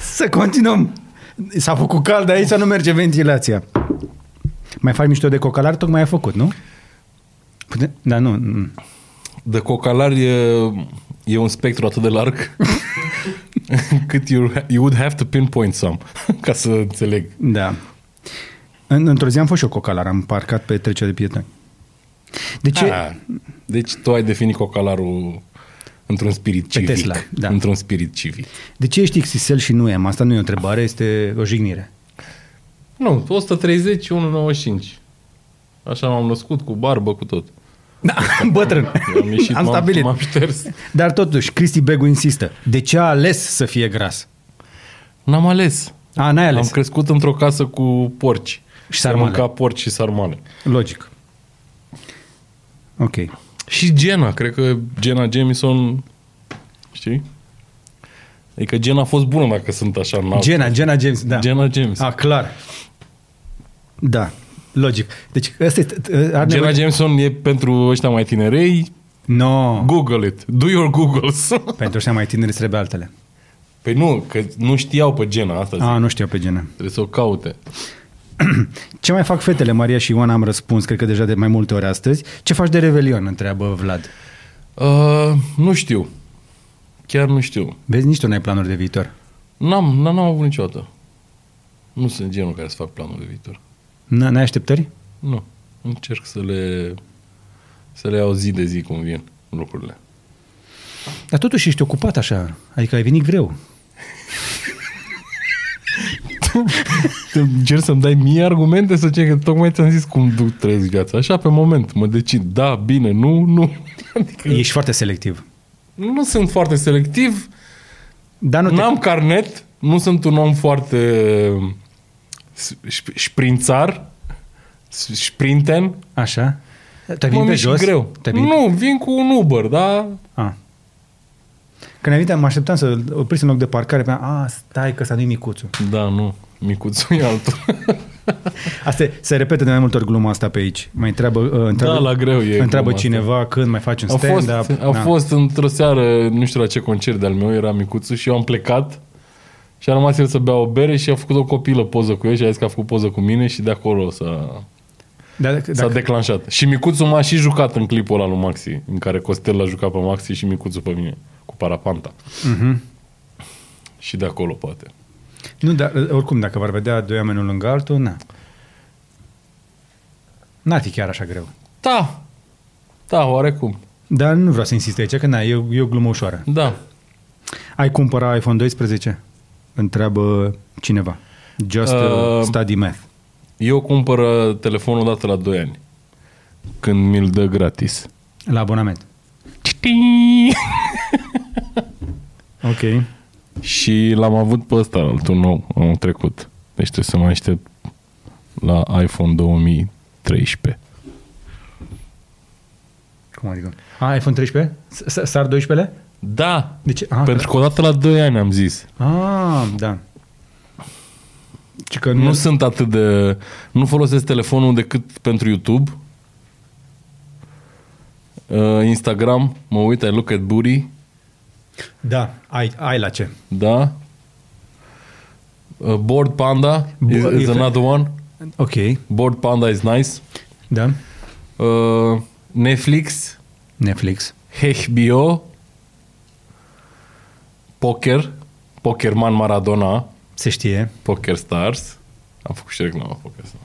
Speaker 1: Să continuăm. S-a făcut cald aici, nu merge ventilația. Mai faci mișto de cocalar? Tocmai ai făcut, nu? Pute- Da, nu. mm.
Speaker 2: De cocalar e, e un spectru atât de larg [laughs] cât you, you would have to pinpoint some [laughs] ca să înțeleg.
Speaker 1: Da. În, într-o zi am fost și eu cocalar, am parcat pe trecerea de pietoni. De ce?
Speaker 2: Ah, deci tu ai definit cocalarul într-un spirit civic.
Speaker 1: Tesla, da.
Speaker 2: Într-un spirit civic.
Speaker 1: De ce ești XXL și nu am? Asta nu e o întrebare, este o jignire.
Speaker 2: Nu, 130, 195. Așa m-am născut, cu barbă, cu tot.
Speaker 1: Da, [laughs] bătrân.
Speaker 2: Am ieșit,
Speaker 1: am
Speaker 2: m-am,
Speaker 1: stabilit.
Speaker 2: m-am șters.
Speaker 1: Dar totuși, Cristi Begu insistă. De ce a ales să fie gras?
Speaker 2: N-am ales.
Speaker 1: A, n-ai ales.
Speaker 2: Am crescut într-o casă cu porci.
Speaker 1: Și
Speaker 2: Se
Speaker 1: sarmale.
Speaker 2: Mânca porci și sarmale.
Speaker 1: Logic. Ok.
Speaker 2: Și Gena, cred că Gena Jamison, știi? Adică Gena a fost bună dacă sunt așa înalt.
Speaker 1: Gena, Gena James, da.
Speaker 2: Gena James.
Speaker 1: A, clar. Da, logic. Deci ăsta este... Are
Speaker 2: Gena
Speaker 1: nevoie...
Speaker 2: Jameson e pentru ăștia mai tinerei,
Speaker 1: No,
Speaker 2: Google it. Do your Googles. [laughs]
Speaker 1: pentru ăștia mai tineri îți trebuie altele.
Speaker 2: Păi nu, că nu știau pe Gena asta. Zic.
Speaker 1: A, nu știu pe Gena.
Speaker 2: Trebuie să o caute.
Speaker 1: Ce mai fac fetele? Maria și Ioana am răspuns, cred că deja de mai multe ori astăzi. Ce faci de Revelion? Întreabă Vlad.
Speaker 2: Uh, nu știu. Chiar nu știu.
Speaker 1: Vezi, nici tu n-ai planuri de viitor.
Speaker 2: N-am, n-am avut niciodată. Nu sunt genul care să fac planul de viitor.
Speaker 1: N- N-ai așteptări?
Speaker 2: Nu. Încerc să le, să le iau zi de zi cum vin lucrurile.
Speaker 1: Dar totuși ești ocupat așa. Adică ai venit greu.
Speaker 2: Te încerc să-mi dai mie argumente să ce că tocmai ți-am zis cum duc trăiesc viața. Așa, pe moment, mă decid, da, bine, nu, nu. [laughs] Adică
Speaker 1: Ești foarte selectiv.
Speaker 2: nu sunt foarte selectiv,
Speaker 1: Dar nu te...
Speaker 2: N-am carnet, nu sunt un om foarte șp- șprințar, s- șprinten.
Speaker 1: Așa? Tu ai
Speaker 2: Mă
Speaker 1: venit pe
Speaker 2: mișc
Speaker 1: jos?
Speaker 2: greu.
Speaker 1: Te-ai venit...
Speaker 2: Nu, vin cu un Uber, da?
Speaker 1: A. Când ne-am venit, mă așteptam să opriți în loc de parcare, pe a, stai că s-a nu micuțul.
Speaker 2: Da, nu. Micuțul e
Speaker 1: [laughs]
Speaker 2: altul.
Speaker 1: Asta e- se repete de mai multe ori gluma asta pe aici. Mai întreabă, uh, întreabă,
Speaker 2: Da, la greu e
Speaker 1: întreabă
Speaker 2: gluma
Speaker 1: cineva când mai faci un
Speaker 2: A fost,
Speaker 1: stand-up.
Speaker 2: a fost într-o seară, nu știu la ce concert de-al meu, era micuțu și eu am plecat și a rămas el să bea o bere și a făcut o copilă poză cu el și a zis că a făcut poză cu mine și de acolo s-a,
Speaker 1: Da, dacă,
Speaker 2: s-a
Speaker 1: dacă,
Speaker 2: declanșat. Și micuțu m-a și jucat în clipul ăla lui Maxi, în care Costel l-a jucat pe Maxi și micuțu pe mine, cu parapanta.
Speaker 1: Mhm.
Speaker 2: Și de acolo poate.
Speaker 1: nu, dar uh, oricum, dacă v-ar vedea doi oameni unul lângă altul, na. N-ar fi chiar așa greu.
Speaker 2: Da, da, oarecum.
Speaker 1: Dar nu vreau să insist aici, că na, e, o- e o glumă ușoară.
Speaker 2: Da.
Speaker 1: Ai cumpărat iPhone 12? Întreabă cineva. Just uh,
Speaker 2: Uh,
Speaker 1: study math.
Speaker 2: Eu cumpăr uh, telefonul odată la 2 ani, când mi-l dă gratis.
Speaker 1: La abonament.
Speaker 2: Citii!
Speaker 1: Ok.
Speaker 2: Și l-am avut pe ăsta, altul nou, anul trecut. Deci trebuie să mă aștept la iPhone 2013.
Speaker 1: Cum adică? A, iPhone 13? S- s- Sar 12-le?
Speaker 2: Da!
Speaker 1: De ce? A,
Speaker 2: Pentru că odată la 2 ani am zis.
Speaker 1: Ah, da. Ci că
Speaker 2: Nu
Speaker 1: nu,
Speaker 2: sunt atât de... Nu folosesc telefonul decât pentru YouTube. Uh, Instagram, mă uit, I look at booty,
Speaker 1: Da, ai, ai la ce.
Speaker 2: da. Uh, Board Panda is,
Speaker 1: Bu-
Speaker 2: is
Speaker 1: e-
Speaker 2: another one.
Speaker 1: Ok,
Speaker 2: Board Panda is nice.
Speaker 1: da.
Speaker 2: Uh, Netflix,
Speaker 1: Netflix.
Speaker 2: HBO, poker, Pokerman Maradona,
Speaker 1: Se știe.
Speaker 2: Poker Stars. Am făcut și reclamă Poker
Speaker 1: Uh,
Speaker 2: Stars.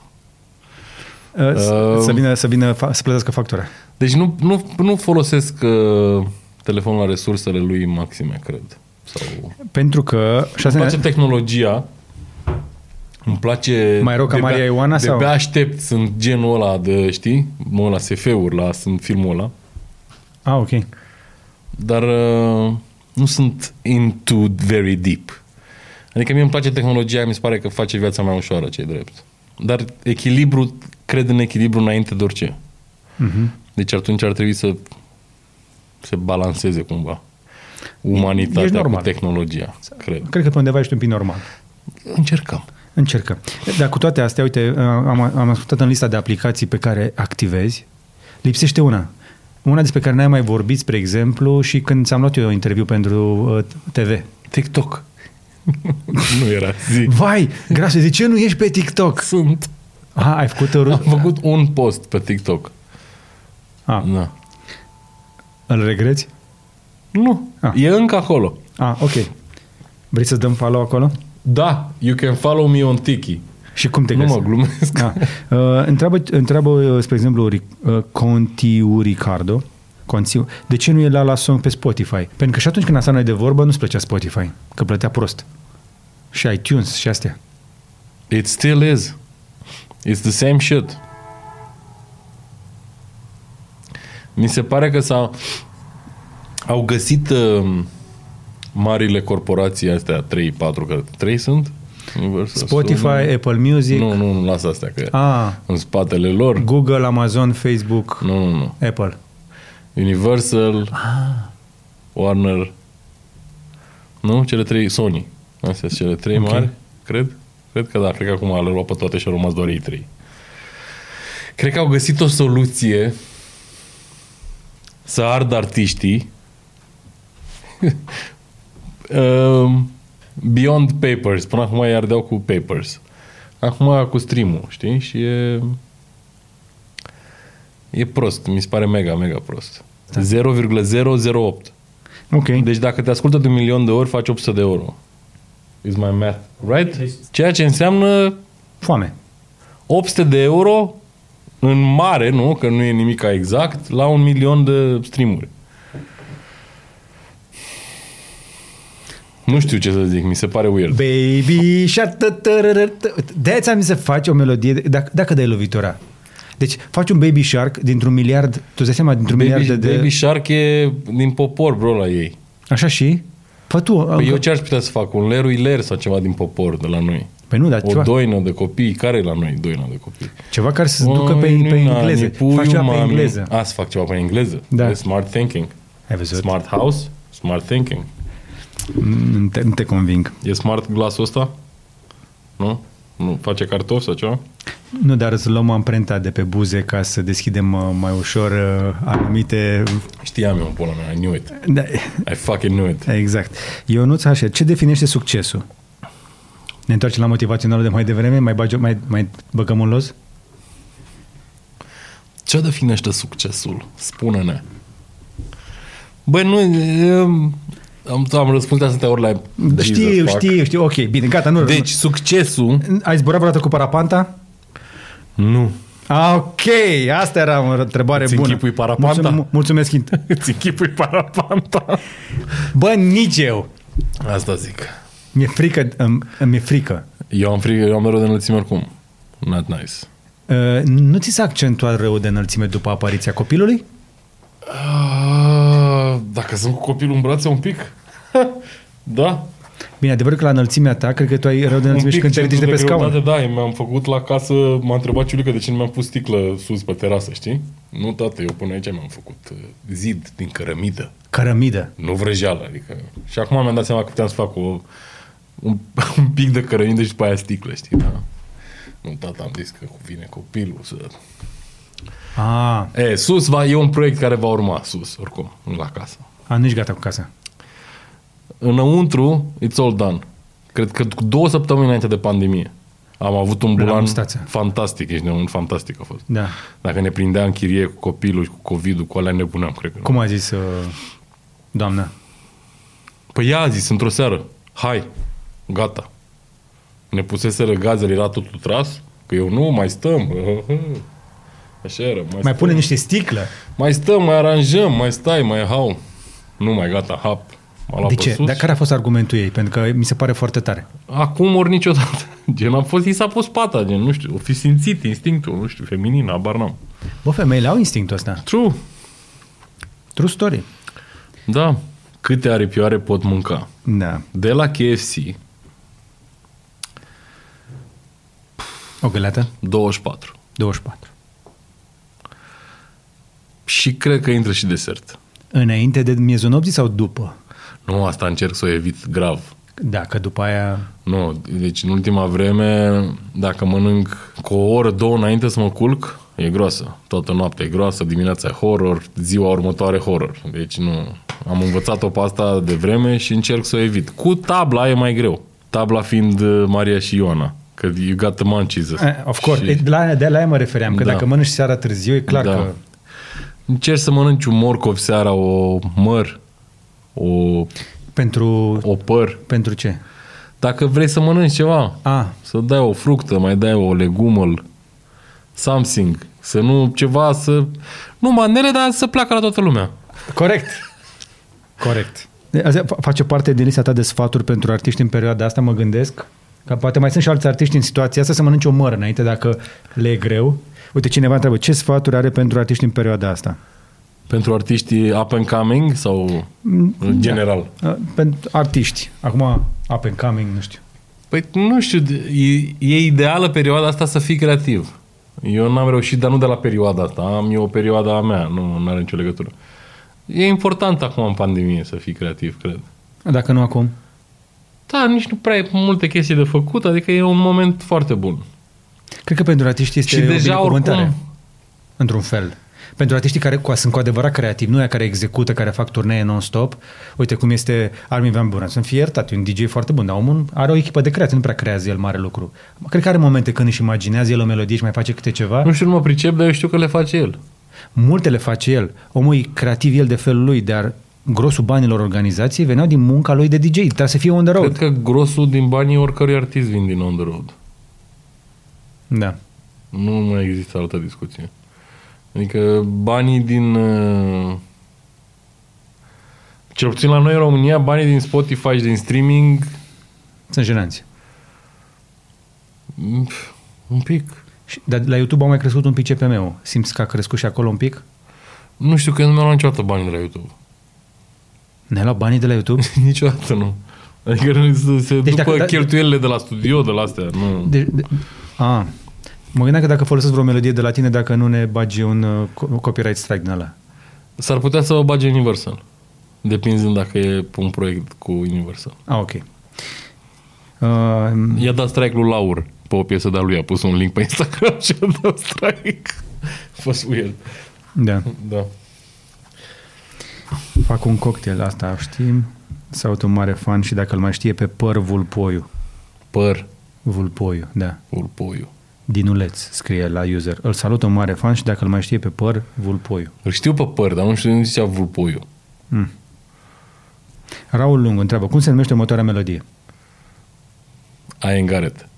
Speaker 2: Uh,
Speaker 1: să vină, să vină, fa- să plătească factura.
Speaker 2: Deci nu, nu, nu folosesc uh, telefonul la resursele lui maxime, cred. Sau...
Speaker 1: Pentru că... Și
Speaker 2: Îmi
Speaker 1: asta
Speaker 2: place
Speaker 1: ne,
Speaker 2: tehnologia. Îmi place...
Speaker 1: Mai rău ca
Speaker 2: de-abia-
Speaker 1: Maria Ioana sau?
Speaker 2: De-abia aștept. Sunt genul ăla de, știi? Mă la SF-uri, la, sunt filmul ăla.
Speaker 1: a, Ah, ok.
Speaker 2: dar uh, nu sunt into very deep. Adică mie îmi place tehnologia, mi se pare că face viața mai ușoară, ce drept. Dar echilibru, cred în echilibru înainte de orice.
Speaker 1: Mhm.
Speaker 2: Deci atunci ar trebui să se balanceze cumva
Speaker 1: Ești
Speaker 2: umanitatea cu
Speaker 1: normal.
Speaker 2: tehnologia, cred.
Speaker 1: Cred că pe undeva ești un pic normal.
Speaker 2: Încercăm.
Speaker 1: Încercăm. Dar cu toate astea, uite, uh, am, am ascultat în lista de aplicații pe care activezi, lipsește una. Una despre care n-ai mai vorbit, spre exemplu, și când ți-am luat eu interviu pentru uh, TV.
Speaker 2: TikTok. nu era zi.
Speaker 1: Vai, grasul, de ce nu ești pe TikTok?
Speaker 2: Sunt.
Speaker 1: A, ai făcut uh,
Speaker 2: Am
Speaker 1: ru-
Speaker 2: făcut un post pe TikTok.
Speaker 1: A,
Speaker 2: Da.
Speaker 1: Ah, îl regreți?
Speaker 2: Nu.
Speaker 1: Ah.
Speaker 2: E încă acolo.
Speaker 1: A, ok. Vrei să dăm follow acolo?
Speaker 2: Da, you can follow me on Tiki.
Speaker 1: Și cum te
Speaker 2: Nu
Speaker 1: găsim?
Speaker 2: mă glumesc.
Speaker 1: Da. Uh, întreabă, întreabă, uh, spre exemplu, Ri- uh, Contiu Ricardo, Contiu, de ce nu e la la song pe Spotify? Pentru că și atunci când asta noi de vorbă, nu-ți plăcea Spotify, că plătea prost. Și iTunes și astea.
Speaker 2: It still is. It's the same shit. Mi se pare că s-au au găsit um, marile corporații astea, 3, 4, că 3 sunt? Universal,
Speaker 1: Spotify,
Speaker 2: Sony.
Speaker 1: Apple Music,
Speaker 2: Nu, nu, nu, lasă astea, că
Speaker 1: A,
Speaker 2: în spatele lor.
Speaker 1: Google, Amazon, Facebook,
Speaker 2: Nu, nu, nu.
Speaker 1: Apple.
Speaker 2: Universal, Warner, nu? Cele trei, Sony. Astea sunt cele trei
Speaker 1: Ok.
Speaker 2: mari, cred. Cred că da, cred că acum le-au luat pe toate și au rămas doar ei trei. Cred că au găsit o soluție să ard artiștii [laughs] Um, Beyond Papers. Până acum ei ardeau cu Papers. Acum cu stream-ul, știi? Și e... E prost. Mi se pare mega, mega prost. 0,008.
Speaker 1: Ok.
Speaker 2: Deci dacă te ascultă de un milion de ori, faci 800 de euro. Is my math right? Ceea ce înseamnă
Speaker 1: Foame.
Speaker 2: 800 de euro în mare, nu? Că nu e nimic exact, la un milion de streamuri. Nu știu ce să zic, mi se pare weird.
Speaker 1: Baby shark tă, tă, ră, ră, tă. De-aia ți-am zis să faci o melodie de- Dacă, dacă dai lovitura Deci faci un baby shark dintr-un miliard Tu îți dai seama dintr-un miliard
Speaker 2: Baby,
Speaker 1: de, de
Speaker 2: Baby Shark e din popor, bro, la ei.
Speaker 1: Așa și? Fă tu
Speaker 2: Păi eu
Speaker 1: încă-
Speaker 2: ce aș putea să fac? Un lerui ler sau ceva din popor de la noi.
Speaker 1: Păi nu, dar
Speaker 2: O
Speaker 1: ceva,
Speaker 2: doină de copii. care e la noi doina de copii?
Speaker 1: ceva care să se ducă pe,
Speaker 2: Oi,
Speaker 1: pe
Speaker 2: Păi nani,
Speaker 1: engleză
Speaker 2: puiu,
Speaker 1: Faci ceva pe
Speaker 2: mami.
Speaker 1: engleză
Speaker 2: A, să fac ceva pe engleză.
Speaker 1: Da. Exact.
Speaker 2: E smart thinking.
Speaker 1: Ai văzut?
Speaker 2: Smart house. Smart thinking.
Speaker 1: Nu te, nu te conving.
Speaker 2: E smart glasul ăsta? Nu? Nu face cartofi sau ceva?
Speaker 1: Nu, dar îți luăm amprenta de pe buze ca să deschidem uh, mai ușor uh, anumite...
Speaker 2: Știam eu, pula mea, I knew it.
Speaker 1: Da,
Speaker 2: I fucking knew it.
Speaker 1: exact. Ionuț Hașe, ce definește succesul? Ne întoarcem la motivaționalul de mai devreme, mai, bagi, mai, mai băgăm un los?
Speaker 2: Ce definește succesul? Spune-ne. Băi, nu... e, Am, am răspuns de atâtea ori la... Jesus,
Speaker 1: știu,
Speaker 2: fuck.
Speaker 1: știu, știu, ok, bine, gata, nu...
Speaker 2: Deci, succesul...
Speaker 1: nu- ai zburat vreodată cu parapanta?
Speaker 2: Nu.
Speaker 1: Ah, ok, asta era o întrebare
Speaker 2: Îți
Speaker 1: bună.
Speaker 2: închipui parapanta?
Speaker 1: Mulțum- mulțumesc. int-
Speaker 2: Îți închipui parapanta.
Speaker 1: Bă, nici eu.
Speaker 2: Asta zic.
Speaker 1: Mi-e frică, îmi, mi-e frică.
Speaker 2: Eu am frică, eu am rău de înălțime oricum. Not nice.
Speaker 1: Uh, nu ți s-a accentuat rău de înălțime după apariția copilului?
Speaker 2: Ah, Dacă sunt cu copilul în brațe un pic? [laughs] da.
Speaker 1: Bine, adevărul că la înălțimea ta, cred că tu ai rău de înălțime și când te ridici de pe
Speaker 2: centru
Speaker 1: scaun.
Speaker 2: greutate, Da, mi-am făcut la casă, m-a întrebat Ciulică de ce nu mi-am pus sticlă sus pe terasă, știi? Nu, tată, eu până aici mi-am făcut uh, zid din cărămidă,
Speaker 1: Cărămidă.
Speaker 2: nu vrăjeală, adică... Și acum mi-am dat seama că puteam să fac o, un, [laughs] un pic de cărămidă și după aia sticlă, știi, da? Nu, tata, am zis că vine copilul să...
Speaker 1: A,
Speaker 2: E, sus va, e un proiect care va urma, sus, oricum, la casă.
Speaker 1: a nu ești gata cu casa.
Speaker 2: Înăuntru, it's all done. Cred că cu două săptămâni înainte de pandemie am avut un bulan
Speaker 1: mustață.
Speaker 2: fantastic, ești nebun, fantastic a fost.
Speaker 1: Da.
Speaker 2: Dacă ne prindea în chirie cu copilul și cu COVID-ul, cu alea nebuneam, cred că.
Speaker 1: Cum a zis uh, doamna?
Speaker 2: Păi ea a zis într-o seară, hai, gata. Ne puseseră gazele, era totul tras, că eu nu, mai stăm. [laughs] Așa era, mai,
Speaker 1: Mai
Speaker 2: stăm.
Speaker 1: pune niște sticlă?
Speaker 2: Mai stăm, mai aranjăm, mai stai, mai hau. Nu mai gata, hap. M-a luat
Speaker 1: De
Speaker 2: pe
Speaker 1: ce?
Speaker 2: sus.
Speaker 1: Dar care a fost argumentul ei? Pentru că mi se pare foarte tare.
Speaker 2: Acum ori niciodată. [laughs] Gen, a fost, i s-a pus pata, gen, nu știu, o fi simțit instinctul, nu știu, feminin, abar n-am.
Speaker 1: Bă, femeile au instinctul ăsta.
Speaker 2: True.
Speaker 1: True story.
Speaker 2: Da. Câte aripioare pot mânca?
Speaker 1: Da.
Speaker 2: De la KFC,
Speaker 1: O găleată?
Speaker 2: 24.
Speaker 1: 24.
Speaker 2: Și cred că intră și desert.
Speaker 1: Înainte de miezul nopții sau după?
Speaker 2: Nu, asta încerc să o evit grav.
Speaker 1: Da, că după aia...
Speaker 2: Nu, deci în ultima vreme, dacă mănânc cu o oră, două înainte să mă culc, e groasă. Toată noaptea e groasă, dimineața e horror, ziua următoare horror. Deci nu, am învățat-o pe asta de vreme și încerc să o evit. Cu tabla e mai greu. Tabla fiind uh, Maria și Ioana. Că you got the munchies.
Speaker 1: Eh, Of course,
Speaker 2: Și-
Speaker 1: și... la, de la aia mă refeream, că
Speaker 2: Da.
Speaker 1: da. dacă mănânci seara târziu, e clar da. că...
Speaker 2: Încerci să mănânci un morcov seara, o măr, o,
Speaker 1: Pentru,
Speaker 2: o păr.
Speaker 1: pentru ce?
Speaker 2: Dacă vrei să mănânci ceva,
Speaker 1: A,
Speaker 2: Să dai o fructă, mai dai o legumă, something. Să nu ceva, să... Nu manele, dar să placă la toată lumea.
Speaker 1: corect. corect. De- Asta fa- face parte din lista ta de sfaturi pentru artiști în perioada asta, mă gândesc. Că poate mai sunt și alți artiști în situația asta să mănânci o mără înainte dacă le e greu. Uite, cineva întreabă, ce sfaturi are pentru artiști în perioada asta?
Speaker 2: Pentru artiștii up and coming sau în general?
Speaker 1: Uh, Pentru artiști. Acum, up and coming, nu știu.
Speaker 2: Păi nu știu, e, e ideală perioada asta să fii creativ. Eu n-am reușit, dar nu de la perioada asta. Am eu o perioadă a mea, nu are nicio legătură. E important acum în pandemie să fii creativ, cred.
Speaker 1: Dacă nu acum.
Speaker 2: Da, nici nu prea e multe chestii de făcut, adică e un moment foarte bun.
Speaker 1: Cred că pentru artiști este
Speaker 2: Și
Speaker 1: o
Speaker 2: deja
Speaker 1: binecuvântare.
Speaker 2: oricum-
Speaker 1: Într-un fel. Pentru artiștii care cu, sunt cu adevărat creativi, nu aia care execută, care fac turnee non-stop. Uite cum este Armin Van Buren. Să-mi fie iertat, e un DJ foarte bun, dar omul are o echipă de creație, nu prea creează el mare lucru. Cred că are momente când își imaginează el o melodie și mai face câte ceva.
Speaker 2: Nu știu, nu mă pricep, dar eu știu că le face el.
Speaker 1: Multe le face el. Omul e creativ el de felul lui, dar grosul banilor organizației veneau din munca lui de DJ. Trebuie să fie on the road.
Speaker 2: Cred că grosul din banii oricărui artist vin din on the road.
Speaker 1: Da.
Speaker 2: Nu mai există altă discuție. Adică banii din... uh, Cel puțin la noi în România, banii din Spotify și din streaming,
Speaker 1: Sunt jenanți.
Speaker 2: mm, pf, un pic.
Speaker 1: Și- Dar la YouTube au mai crescut un pic CPM-ul. Simți că a crescut și acolo un pic?
Speaker 2: Nu știu că nu mi-au luat niciodată bani de la YouTube. [laughs]
Speaker 1: Ne luat banii de la YouTube?
Speaker 2: niciodată nu. Adică nu se, se
Speaker 1: Deci
Speaker 2: deci după
Speaker 1: dacă-
Speaker 2: dacă,
Speaker 1: da-
Speaker 2: cheltuielile de la studio, de la astea. Nu.
Speaker 1: De, de, a, mă gândeam că dacă folosesc vreo melodie de la tine, dacă nu ne bagi un uh, co- copyright strike din ăla.
Speaker 2: S-ar putea să o bage Universal. Depinzând dacă e un proiect cu Universal.
Speaker 1: Ah, ok. Uh,
Speaker 2: I-a dat strike lui Laur pe o piesă de-a lui. A pus un link pe Instagram și a dat strike. A fost weird.
Speaker 1: da.
Speaker 2: Da.
Speaker 1: Fac un cocktail, asta știm. Salut un mare fan și dacă îl mai știe pe păr Vulpoiu.
Speaker 2: Păr,
Speaker 1: Vulpoiu, da.
Speaker 2: urpoiu.
Speaker 1: Dinuleț scrie la user. Îl salut un mare fan și dacă îl mai știe pe păr Vulpoiu.
Speaker 2: Îl știu pe păr, dar nu știu de unde zicea vulpoiu.
Speaker 1: Mm. Raul Lung întreabă, cum se numește următoarea melodie?
Speaker 2: Aia în garet.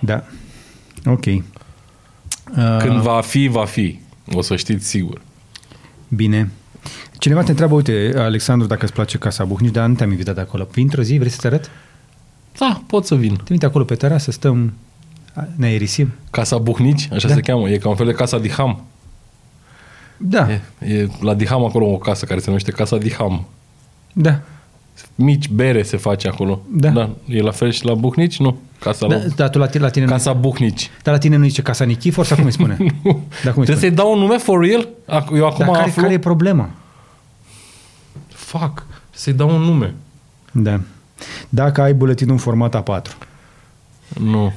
Speaker 1: Da. Ok. Uh, Ah.
Speaker 2: Când va fi, va fi. O să știți sigur.
Speaker 1: Bine. Cineva te întreabă, uite, Alexandru, dacă îți place Casa Buhnici, dar nu te-am invitat acolo. Vin într-o zi, vrei să te arăt?
Speaker 2: Da, pot să vin.
Speaker 1: Trimite acolo pe terasă, stăm, ne aerisim.
Speaker 2: Casa Buhnici, așa da. se cheamă. E ca un fel de Casa Diham.
Speaker 1: Da, e.
Speaker 2: E, e la Diham acolo o casă care se numește Casa Diham.
Speaker 1: da.
Speaker 2: Mici bere se face acolo.
Speaker 1: Da.
Speaker 2: da. E la fel și la Buhnici? Nu. Casa,
Speaker 1: Da,
Speaker 2: la,
Speaker 1: dar tu la tine, la tine
Speaker 2: casa Buhnici.
Speaker 1: Dar la tine nu zice Casa Nichifor sau cum îi
Speaker 2: [laughs]
Speaker 1: spune? da, cum îi
Speaker 2: Trebuie
Speaker 1: spune?
Speaker 2: să-i dau un nume for real? Ac- Eu acum
Speaker 1: Dar care,
Speaker 2: aflu...
Speaker 1: care e problema?
Speaker 2: Fuck. Trebuie să-i dau un nume.
Speaker 1: Da. Dacă ai buletinul în format A4.
Speaker 2: Nu.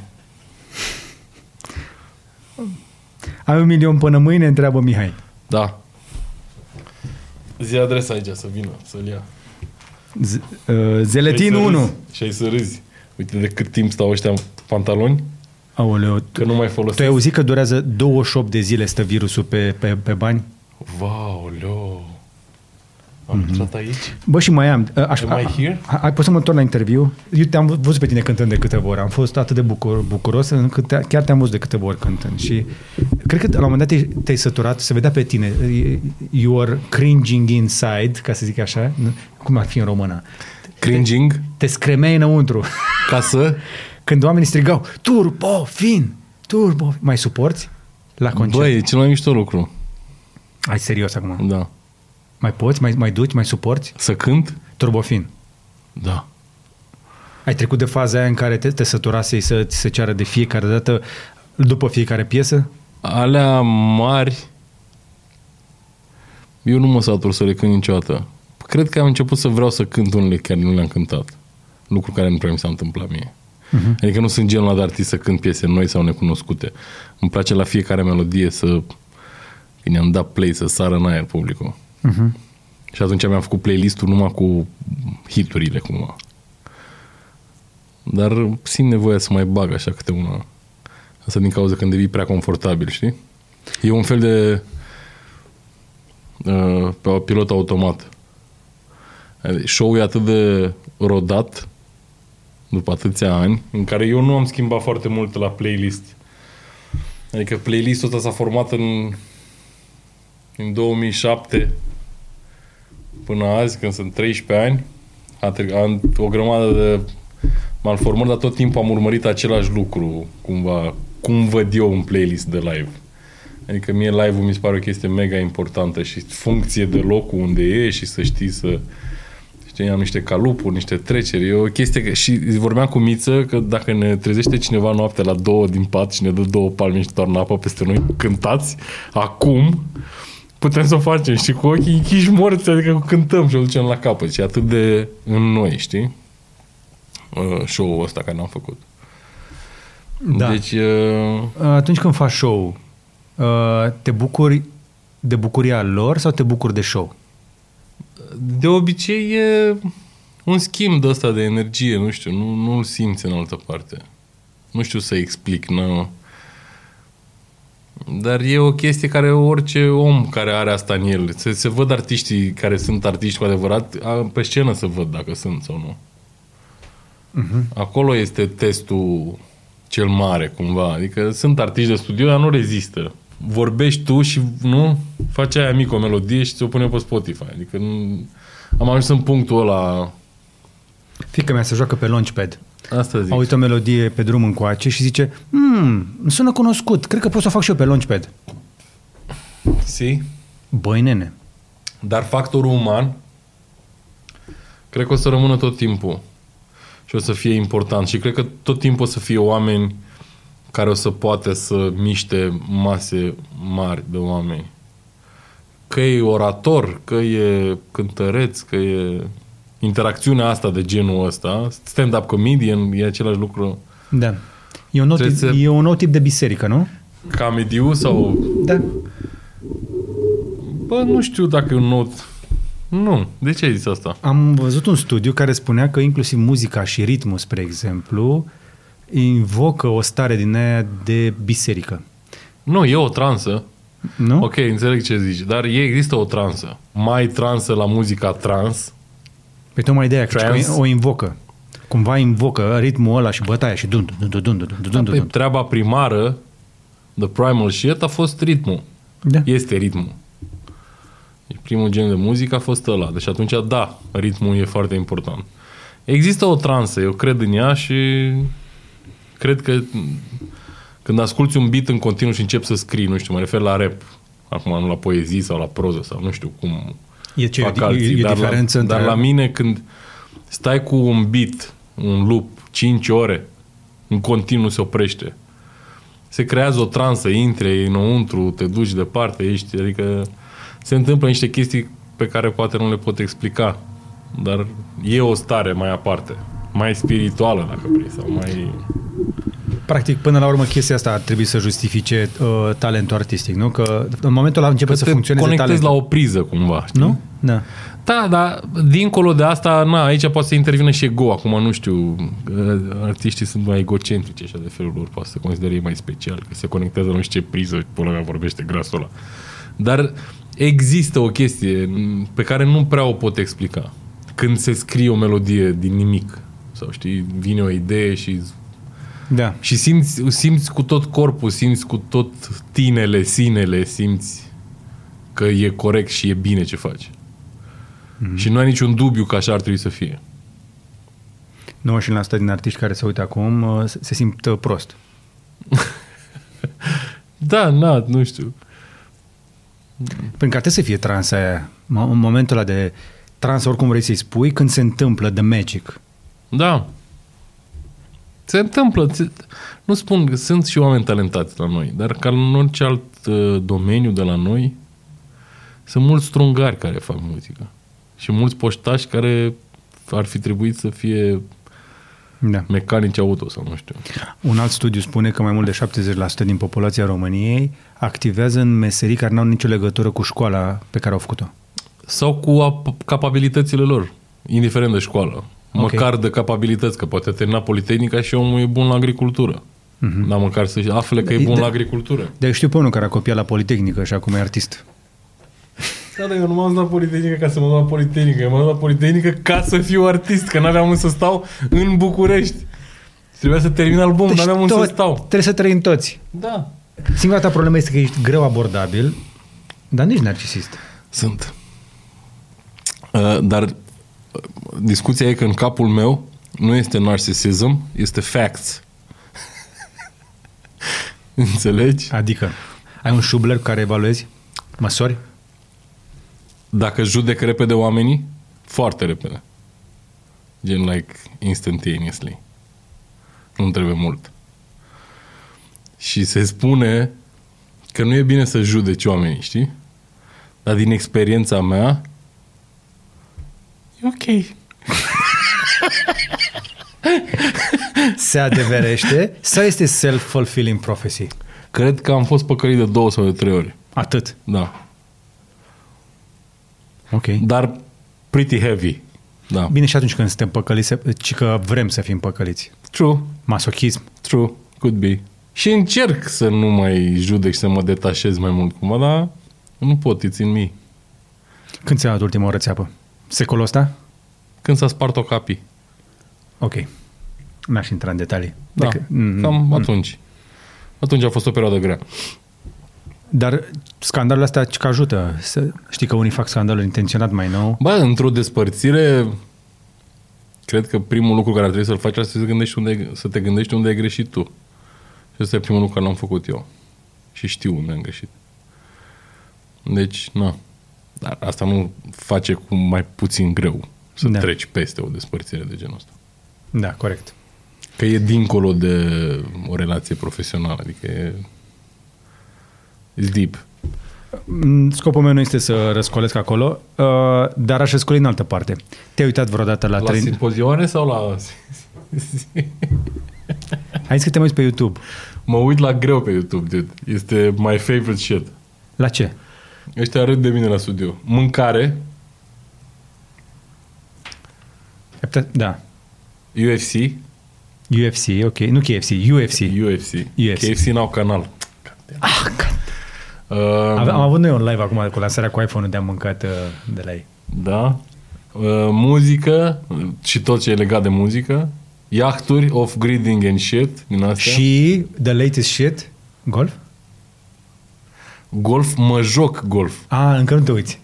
Speaker 1: Ai un milion până mâine, întreabă Mihai.
Speaker 2: Da. Zi adresa aici să vină, să-l ia.
Speaker 1: Z- uh, Zeletin
Speaker 2: Și ai să
Speaker 1: 1.
Speaker 2: râzi. Și ai să râzi. Uite de cât timp stau ăștia în pantaloni,
Speaker 1: Aoleu, tu,
Speaker 2: că nu mai
Speaker 1: tu ai
Speaker 2: folosesc.
Speaker 1: auzit că durează 28 de zile stă virusul pe, pe, pe bani?
Speaker 2: Wow, leu. Am intrat aici?
Speaker 1: Bă, și mai am. uh, Aș,
Speaker 2: Am I here?
Speaker 1: Ai poți să mă întorc la interviu? Eu te-am văzut pe tine cântând de câteva ori. Am fost atât de bucur, bucuros încât te, chiar te-am văzut de câteva ori cântând. Și cred că la un moment dat te-ai, te-ai săturat, se vedea pe tine. e- You are cringing inside, ca să zic așa. Nu- Cum ar fi în română?
Speaker 2: Cringing,
Speaker 1: Te scremeai înăuntru. [laughs]
Speaker 2: ca să...
Speaker 1: Când oamenii strigau, turbo, fin, turbo, fin." mai suporți? La concert.
Speaker 2: Bă,
Speaker 1: Băi.
Speaker 2: e cel mai mișto lucru.
Speaker 1: Ai serios acum.
Speaker 2: Da.
Speaker 1: Mai poți? Mai, mai duci? Mai suporți?
Speaker 2: Să cânt?
Speaker 1: Turbofin.
Speaker 2: Da.
Speaker 1: Ai trecut de faza aia în care te, te săturase să ți se ceară de fiecare dată, după fiecare piesă?
Speaker 2: Alea mari... Eu nu mă satur să le cânt niciodată. Cred că am început să vreau să cânt unele care nu le-am cântat. Lucru care nu prea mi s-a întâmplat mie. Uh-huh. Adică nu sunt genul ăla de artist să cânt piese noi sau necunoscute. Îmi place la fiecare melodie să... Când i-am dat play să sară în aer publicul.
Speaker 1: Uh-huh.
Speaker 2: Și atunci mi-am făcut playlist-ul numai cu hiturile cumva. Dar simt nevoia să mai bag așa câte una. Asta din cauza că devii prea confortabil, știi? E un fel de uh, pe pilot automat. Adică Show-ul e atât de rodat după atâția ani, în care eu nu am schimbat foarte mult la playlist. Adică playlistul ăsta s-a format în, în 2007 până azi, când sunt 13 ani, a trec- am o grămadă de malformări, dar tot timpul am urmărit același lucru, cumva, cum văd eu un playlist de live. Adică mie live-ul mi se pare o chestie mega importantă și funcție de locul unde e și să știi să... Știi, am niște calupuri, niște treceri, e o chestie... Că, și vorbeam cu Miță că dacă ne trezește cineva noaptea la două din pat și ne dă două palme și toarnă apă peste noi, cântați, acum, putem să o facem, știi, cu ochii închiși morți, adică cântăm și o ducem la capăt. Și e atât de în noi, știi? Uh, show-ul ăsta care l-am făcut.
Speaker 1: Da. Deci...
Speaker 2: Deci, uh,
Speaker 1: Atunci când faci show, uh, te bucuri de bucuria lor sau te bucuri de show?
Speaker 2: de obicei e un schimb de ăsta de energie, nu știu, nu, nu-l simți în altă parte. Nu știu să explic, nu. Dar e o chestie care orice om care are asta în el, se, se văd artiștii care sunt artiști cu adevărat, a- pe scenă se văd dacă sunt sau nu. Uh-huh. Acolo este testul cel mare, cumva. Adică sunt artiști de studio, dar nu rezistă. Vorbești tu și, nu, faci aia mică o melodie și ți-o pune pe Spotify. Adică nu... am ajuns în punctul ăla,
Speaker 1: Fica mea se joacă pe Launchpad.
Speaker 2: asta zic.
Speaker 1: A uitat o melodie pe drum încoace și zice, hmm, îmi sună cunoscut, cred că pot să o fac și eu pe Launchpad.
Speaker 2: See?
Speaker 1: Băi, nene.
Speaker 2: Dar factorul uman cred că o să rămână tot timpul și o să fie important și cred că tot timpul o să fie oameni care o să poate să miște mase mari de oameni. că e orator, că e cântăreț, că e interacțiunea asta de genul ăsta, stand-up comedian, e același lucru
Speaker 1: Da. E un, nou tip,
Speaker 2: Trebuie să-
Speaker 1: e un nou tip de biserică, nu?
Speaker 2: ca mediu sau...
Speaker 1: Da.
Speaker 2: Bă, nu știu dacă e un not. Nu. De ce ai zis asta?
Speaker 1: Am văzut un studiu care spunea că inclusiv muzica și ritmul, spre exemplu, invocă o stare din aia de biserică.
Speaker 2: Nu, e o transă.
Speaker 1: Nu?
Speaker 2: Ok, înțeleg ce zici, dar e, există o transă. Mai transă la muzica trans.
Speaker 1: Pe tocmai de aia, că
Speaker 2: Trans.
Speaker 1: o- o invocă. Cumva invocă ritmul ăla și bătaia și dun, dun, dun, dun, dun, dun, dun,
Speaker 2: Pe
Speaker 1: dun.
Speaker 2: treaba primară, the primal shit, a fost ritmul.
Speaker 1: Da.
Speaker 2: Este ritmul. Deci primul gen de muzică a fost ăla. Deci atunci, da, ritmul e foarte important. Există o transă, eu cred în ea și cred că când asculti un beat în continuu și începi să scrii, nu știu, mă refer la rap, acum nu la poezii sau la proză sau nu știu cum
Speaker 1: E ce?
Speaker 2: fac
Speaker 1: E,
Speaker 2: alții,
Speaker 1: e, e
Speaker 2: dar,
Speaker 1: diferență
Speaker 2: la,
Speaker 1: între...
Speaker 2: dar la mine când stai cu un beat, un loop, 5 ore, în continuu se oprește. Se creează o transă, intri înăuntru, te duci departe, ești, adică se întâmplă niște chestii pe care poate nu le pot explica, dar e o stare mai aparte, mai spirituală, dacă vrei, sau mai...
Speaker 1: Practic, până la urmă, chestia asta ar trebui să justifice uh, talentul artistic, nu? Că în momentul ăla începe să
Speaker 2: te
Speaker 1: funcționeze
Speaker 2: conectezi
Speaker 1: talentul.
Speaker 2: la o priză, cumva, știi?
Speaker 1: Nu? Da.
Speaker 2: Da, dar dincolo de asta, na, aici poate să intervină și ego. Acum nu știu, că artiștii sunt mai egocentrici așa de felul lor, poate să considere ei mai special, că se conectează la nu știu ce priză, până mea vorbește grasul ăla. Dar există o chestie m, pe care nu prea o pot explica. Când se scrie o melodie din nimic, sau știi, vine o idee și
Speaker 1: Da.
Speaker 2: și simți, simți cu tot corpul, simți cu tot tinele, sinele, simți că e corect și e bine ce faci. Mm-hmm. Și nu ai niciun dubiu că așa ar trebui să fie.
Speaker 1: 99% din artiști care se uită acum uh, se- se simt uh, prost.
Speaker 2: Da, na, nu știu.
Speaker 1: Pentru că trebuie să fie transa aia. Mo- În momentul ăla de trans, oricum vrei să-i spui, când se întâmplă The Magic.
Speaker 2: Da. Se întâmplă. Se- Nu spun că sunt și oameni talentați la noi, dar ca în orice alt uh, domeniu de la noi, sunt mulți strungari care fac muzică. Și mulți poștași care ar fi trebuit să fie
Speaker 1: Da.
Speaker 2: mecanici auto sau nu știu.
Speaker 1: Un alt studiu spune că mai mult de 70% din populația României activează în meserii care n-au nicio legătură cu școala pe care au făcut-o.
Speaker 2: sau cu ap- capabilitățile lor, indiferent de școală.
Speaker 1: Ok.
Speaker 2: Okay. Măcar de capabilități, că poate a terminat Politehnica și omul e bun la agricultură.
Speaker 1: Mhm.
Speaker 2: Mm-hmm. Dar măcar să afle că e
Speaker 1: Da,
Speaker 2: bun
Speaker 1: da.
Speaker 2: la agricultură.
Speaker 1: Dar eu știu pe unul care a copiat la Politehnică și acum e artist.
Speaker 2: Da, dar eu nu m-am dus la Politehnică ca să mă duc la Politehnică. Eu m-am dus la Politehnică ca să fiu artist, că n-aveam unde să stau în București. Trebuia să termin albumul,
Speaker 1: Deci
Speaker 2: n-aveam unde
Speaker 1: tot-
Speaker 2: să stau.
Speaker 1: Trebuie să trăim toți.
Speaker 2: Da.
Speaker 1: Singura ta problemă este că ești greu abordabil, dar nici narcisist.
Speaker 2: Sunt. Uh, dar uh, discuția e că în capul meu nu este narcisism, este facts. [laughs] Înțelegi?
Speaker 1: Adică, ai un șubler cu care evaluezi, măsori,
Speaker 2: Dacă judec repede oamenii, foarte repede. Gen like instantaneously. Nu trebuie mult. Și se spune că nu e bine să judeci oamenii, știi? Dar din experiența mea, e ok.
Speaker 1: se adeverește sau este self-fulfilling prophecy?
Speaker 2: Cred că am fost păcălit de două sau de trei ori.
Speaker 1: Atât.
Speaker 2: Da.
Speaker 1: Ok.
Speaker 2: Dar pretty heavy. Da.
Speaker 1: Bine și atunci când suntem păcăliți, ci că vrem să fim păcăliți.
Speaker 2: True,
Speaker 1: Masochism.
Speaker 2: true, could be. Și încerc să nu mai judec și să mă detașez mai mult cumva, dar nu pot, it's in me.
Speaker 1: Când ți-a dat ultima oră țeapă? Secolul ăsta?
Speaker 2: Când s-a spart o capii.
Speaker 1: Ok. N-aș intra în detalii.
Speaker 2: Da,
Speaker 1: Dacă- mm,
Speaker 2: cam atunci. Atunci a fost o perioadă grea.
Speaker 1: Dar scandalul ăsta ce că ajută? Să știi că unii fac scandalul intenționat mai nou.
Speaker 2: Bă, într-o despărțire, cred că primul lucru care ar trebui să-l faci este să te gândești unde, e- să te gândești unde ai greșit tu. Și ăsta e primul lucru care l-am făcut eu. Și știu unde am greșit. Deci, na. Dar asta nu face cu mai puțin greu să
Speaker 1: Da.
Speaker 2: da. treci peste o despărțire de genul ăsta.
Speaker 1: Da, corect.
Speaker 2: Că e dincolo de o relație profesională, adică e... It's deep.
Speaker 1: Mm, Scopul meu nu este să răscolesc acolo, uh, dar aș răscoli în altă parte. Te-ai uitat vreodată la, la
Speaker 2: La
Speaker 1: trend?
Speaker 2: simpozioane sau la... [laughs]
Speaker 1: Hai să te mai uiți pe YouTube.
Speaker 2: mă uit la greu pe YouTube, dude. Este my favorite shit.
Speaker 1: La ce?
Speaker 2: Ăștia râd de mine la studio. Mâncare,
Speaker 1: Ai putea- Da.
Speaker 2: UFC,
Speaker 1: UFC, ok. Nu KFC, UFC.
Speaker 2: UFC.
Speaker 1: Yes.
Speaker 2: KFC n-au canal. Ah,
Speaker 1: Ave- Am avut noi un live acum cu lansarea cu iPhone-ul de am mâncat uh, de la ei.
Speaker 2: Da. Uh, muzică și tot ce e legat de muzică. Iahturi, off-gridding and shit din astea.
Speaker 1: Și the latest shit, golf?
Speaker 2: golf, mă joc golf.
Speaker 1: A, încă nu te [laughs] uiți.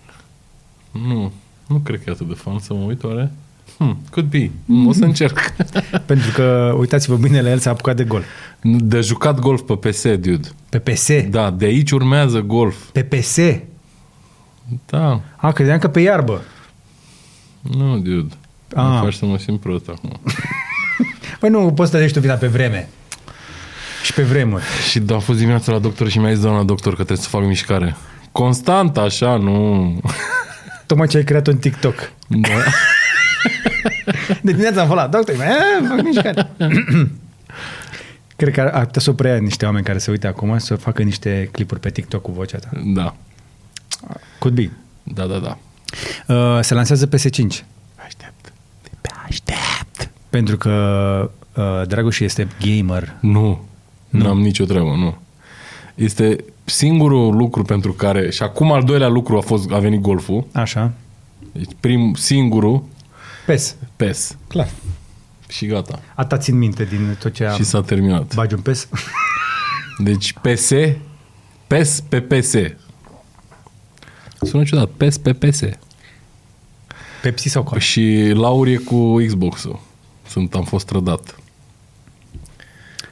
Speaker 2: Nu, nu cred că e atât de fan să mă uit oare. Hmm, could be. Mm-hmm. O să încerc. [laughs]
Speaker 1: Pentru că, uitați-vă bine la el, s-a apucat de gol.
Speaker 2: De jucat golf pe PS, dude.
Speaker 1: Pe PS.
Speaker 2: Da, de aici urmează golf.
Speaker 1: Pe PS.
Speaker 2: Da,
Speaker 1: A, credeam că pe iarbă.
Speaker 2: nu, dude.
Speaker 1: Ah.
Speaker 2: Mă faci să mă simt prost acum.
Speaker 1: Păi nu, poți să dai și tu vina pe vreme. Și pe vremuri.
Speaker 2: [laughs] și da, a fost dimineața la doctor și mi-a zis doamna doctor că trebuie să fac mișcare. Constant, așa, nu...
Speaker 1: Tocmai ce ai creat un TikTok.
Speaker 2: [laughs] da.
Speaker 1: De dimineața am volat, doctor, eh, e, fac mișcare. [coughs] Cred că ar, ar putea să o preia niște oameni care se uită acum să facă niște clipuri pe TikTok cu vocea ta.
Speaker 2: da,
Speaker 1: Could be.
Speaker 2: da, da, da.
Speaker 1: Uh, se lansează PS5.
Speaker 2: Aștept.
Speaker 1: Pentru că uh, Dragoș este gamer.
Speaker 2: Nu, nu am nicio treabă, nu. Este singurul lucru pentru care, și acum al doilea lucru a, fost, a venit golful,
Speaker 1: Așa.
Speaker 2: deci prim, singurul,
Speaker 1: PES.
Speaker 2: PES.
Speaker 1: Clar.
Speaker 2: Și gata.
Speaker 1: Ata țin minte din tot ce am...
Speaker 2: Și s-a terminat.
Speaker 1: Bagi un PES?
Speaker 2: Deci PS, PES pe PS. Sună ciudat, PES pe PS.
Speaker 1: Pepsi sau Coca?
Speaker 2: Și Laurie cu Xbox-ul. Sunt, am fost trădat.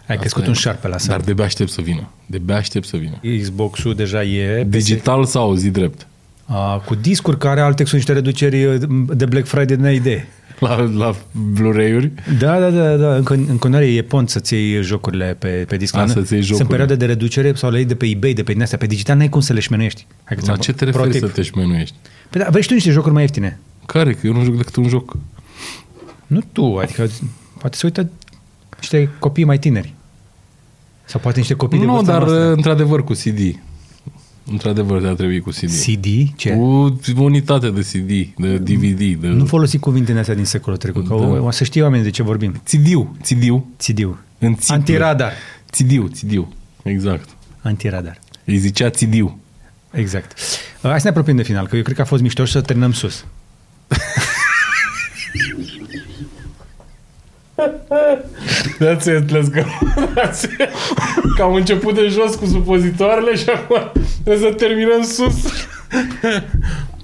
Speaker 1: Ai crescut
Speaker 2: e.
Speaker 1: un șarpe la
Speaker 2: Păi, Dar
Speaker 1: sân.
Speaker 2: de-abia aștept să vină. De-abia aștept să vină.
Speaker 1: Xbox-ul deja e PS.
Speaker 2: Digital sau zi drept?
Speaker 1: A, cu discuri care Altex sunt niște reduceri uh, de Black Friday de idee.
Speaker 2: La, la Blu-ray-uri?
Speaker 1: Da, da, da, da. În, con- în continuare e pont să-ți iei jocurile pe, pe disc.
Speaker 2: A,
Speaker 1: Nu-
Speaker 2: să-ți
Speaker 1: Sunt
Speaker 2: iei jocurile.
Speaker 1: perioade de reducere sau le iei de pe eBay, de pe din astea. Pe digital n-ai cum să le șmenuiești. Hai că
Speaker 2: La
Speaker 1: ți-am-
Speaker 2: ce te
Speaker 1: pro
Speaker 2: referi
Speaker 1: tip.
Speaker 2: să te șmenuiești?
Speaker 1: Păi da, vrei și tu niște jocuri mai ieftine.
Speaker 2: Care? Că eu nu joc decât un joc.
Speaker 1: Nu tu, adică poate se uită niște copii mai tineri. Sau poate niște copii de
Speaker 2: nu,
Speaker 1: vârsta
Speaker 2: dar uh,
Speaker 1: noastră.
Speaker 2: într-adevăr cu CD. Într-adevăr te-a trebuit cu CD.
Speaker 1: CD? Ce? U-
Speaker 2: Cu unitate de CD, de DVD, de...
Speaker 1: nu
Speaker 2: Nu
Speaker 1: folosi cuvintele astea din secolul trecut, că
Speaker 2: Da.
Speaker 1: o, o să știe oamenii de ce vorbim.
Speaker 2: CD-ul, CD-ul.
Speaker 1: CD-ul.
Speaker 2: În țipă.
Speaker 1: Antiradar.
Speaker 2: Țidiu, țidiu. Exact.
Speaker 1: Antiradar.
Speaker 2: Îi zicea țidiu.
Speaker 1: Exact. Uh, Hai să ne apropiem de final, că eu cred că a fost mișto și să terminăm sus.
Speaker 2: That's it, let's go. [laughs] That's it. Că am început de jos cu supozitoarele și acum trebuie să terminăm sus. [laughs]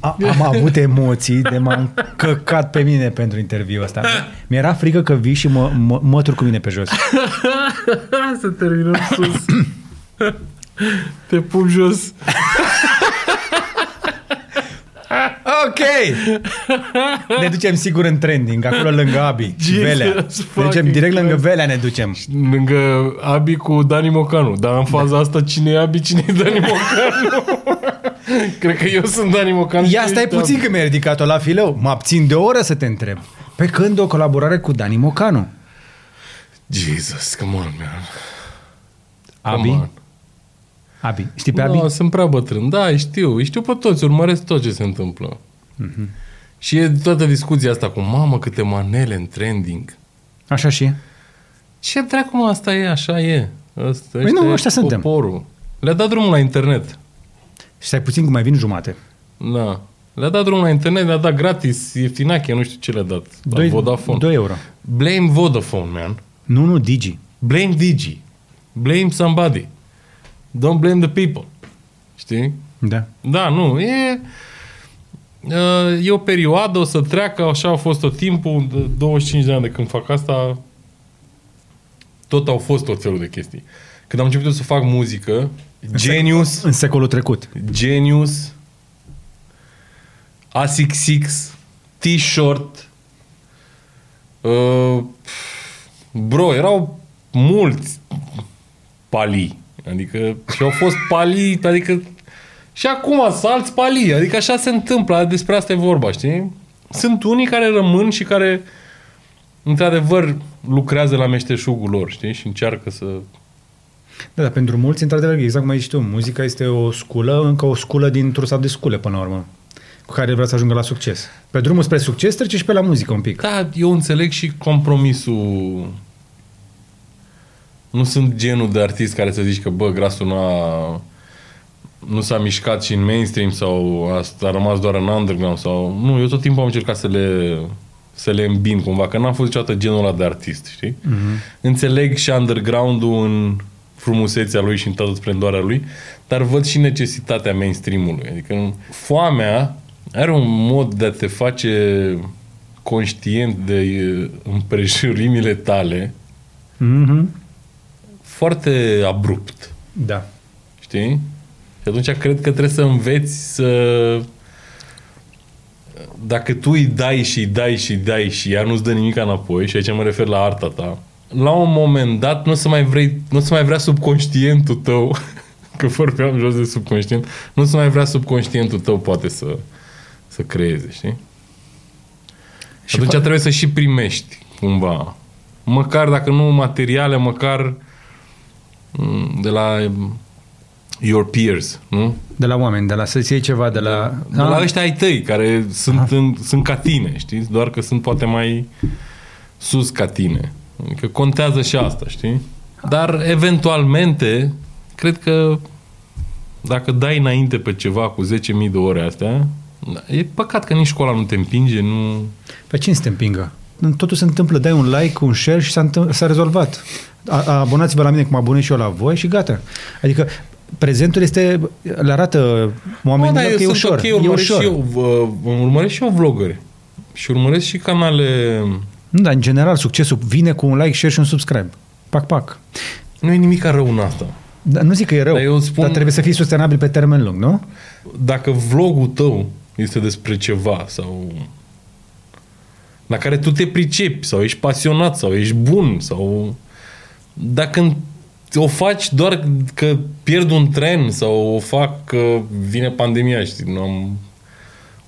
Speaker 1: A, am avut emoții de m-am căcat pe mine pentru interviul ăsta. Mi-era frică că vii și mă, mă, mă tur cu mine pe jos.
Speaker 2: să terminăm sus. Te pup jos.
Speaker 1: Ok! Ne ducem sigur în trending, acolo lângă
Speaker 2: [laughs]
Speaker 1: Abi și
Speaker 2: Jesus
Speaker 1: Velea. Ne ducem
Speaker 2: fucking
Speaker 1: direct lângă
Speaker 2: Christ.
Speaker 1: Velea, ne ducem.
Speaker 2: Lângă Abi cu Dani Mocanu. Dar în faza asta cine e Abi, cine e Dani Mocanu? [laughs] Cred că eu sunt Dani Mocanu. și
Speaker 1: Ia
Speaker 2: tu
Speaker 1: stai
Speaker 2: ești
Speaker 1: puțin
Speaker 2: Abi.
Speaker 1: că mi-ai ridicat-o la fileu. Mă abțin de o oră să te întreb. Pe când o colaborare cu Dani Mocanu?
Speaker 2: Jesus, come on, man.
Speaker 1: Abi?
Speaker 2: Come on.
Speaker 1: Abi. Știi pe Abi?
Speaker 2: No, Da, sunt prea bătrân. Da, îi știu. Îi știu pe toți. Urmăresc tot ce se întâmplă.
Speaker 1: Mhm.
Speaker 2: Și e toată discuția asta cu mamă câte manele în trending.
Speaker 1: Așa și e.
Speaker 2: Ce dracu mă, asta e, așa e. Asta,
Speaker 1: Păi nu, ăștia suntem.
Speaker 2: poporul. Le-a dat drumul la internet.
Speaker 1: Și stai puțin cum mai vin jumate.
Speaker 2: Da. Le-a dat drumul la internet, le-a dat gratis, ieftinache, nu știu ce le-a dat. La
Speaker 1: Doi-
Speaker 2: Vodafone.
Speaker 1: doi euro.
Speaker 2: Blame Vodafone, man.
Speaker 1: Nu, nu, Digi.
Speaker 2: Blame Digi. Blame somebody. Don't blame the people. Știi?
Speaker 1: Da.
Speaker 2: Da, nu, e... uh, E o perioadă, o să treacă, așa a fost tot timpul, de 25 de ani de când fac asta, tot au fost tot felul de chestii. Când am început eu să fac muzică, Genius,
Speaker 1: În secolul trecut.
Speaker 2: Genius, ASICS, T-shirt, uh, bro, erau mulți palii, adică și au fost palii, adică Și acum salți palii. Adică așa se întâmplă. Despre asta e vorba, știi? Sunt unii care rămân și care, într-adevăr, lucrează la meșteșugul lor, știi? Și încearcă să...
Speaker 1: Da, dar pentru mulți, într-adevăr, exact cum ai zis tu, muzica este o sculă, încă o sculă dintr-un sap de scule, până la urmă, cu care vrea să ajungă la succes. Pe drumul spre succes trece și pe la muzică un pic.
Speaker 2: Da, eu înțeleg și compromisul. Nu sunt genul de artist care să zici că, bă, grasul nu a nu s-a mișcat și în mainstream sau a, a rămas doar în underground sau... Nu, eu tot timpul am încercat să le, să le îmbin cumva, că n-am fost niciodată genul ăla de artist, știi?
Speaker 1: Mhm.
Speaker 2: Înțeleg și underground-ul în frumusețea lui și în toată splendoarea lui, dar văd și necesitatea mainstream-ului. Adică foamea are un mod de a te face conștient de eh, împrejurimile tale
Speaker 1: Mhm.
Speaker 2: foarte abrupt.
Speaker 1: Da.
Speaker 2: Știi? Și atunci cred că trebuie să înveți să... Dacă tu îi dai și îi dai și îi dai și ea nu-ți dă nimic înapoi, și aici mă refer la arta ta, la un moment dat nu o să mai, vrei, nu o să mai vrea subconștientul tău, [laughs] că vorbeam jos de subconștient, nu o să mai vrea subconștientul tău poate să, să creeze, știi? Și atunci
Speaker 1: fa-
Speaker 2: trebuie să și primești cumva. Măcar dacă nu materiale, măcar m, de la m, your peers, nu?
Speaker 1: De la oameni, de la să-ți iei ceva, de la... Ah, Da.
Speaker 2: De la ăștia ai tăi, care sunt, în, sunt ca tine, știi? Doar că sunt poate mai sus ca tine. Adică contează și asta, știi? Dar eventualmente, cred că dacă dai înainte pe ceva cu 10.000 de ore astea, da, e păcat că nici școala nu te împinge, nu...
Speaker 1: Pe cine se te împingă? Totul se întâmplă, dai un like, un share și s-a, întâm- s-a rezolvat. A, a- abonați-vă la mine cum abonez și eu la voi și gata. Adică prezentul este, le arată
Speaker 2: Bă,
Speaker 1: oamenilor
Speaker 2: dar eu
Speaker 1: că e
Speaker 2: sunt
Speaker 1: ușor.
Speaker 2: ok,
Speaker 1: e
Speaker 2: urmăresc
Speaker 1: ușor.
Speaker 2: și eu, vă, urmăresc și eu vlogări. Și urmăresc și canale...
Speaker 1: Nu, dar Da, în general succesul vine cu un like, share și un subscribe. Pac, pac.
Speaker 2: Nu e nimic rău în asta.
Speaker 1: Dar nu zic că e rău,
Speaker 2: Dar eu spun-
Speaker 1: dar trebuie să fii sustenabil pe termen lung, nu?
Speaker 2: dacă vlogul tău este despre ceva sau la care tu te pricepi sau ești pasionat sau ești bun sau dacă o faci doar că pierd un tren sau o fac că vine pandemia și nu am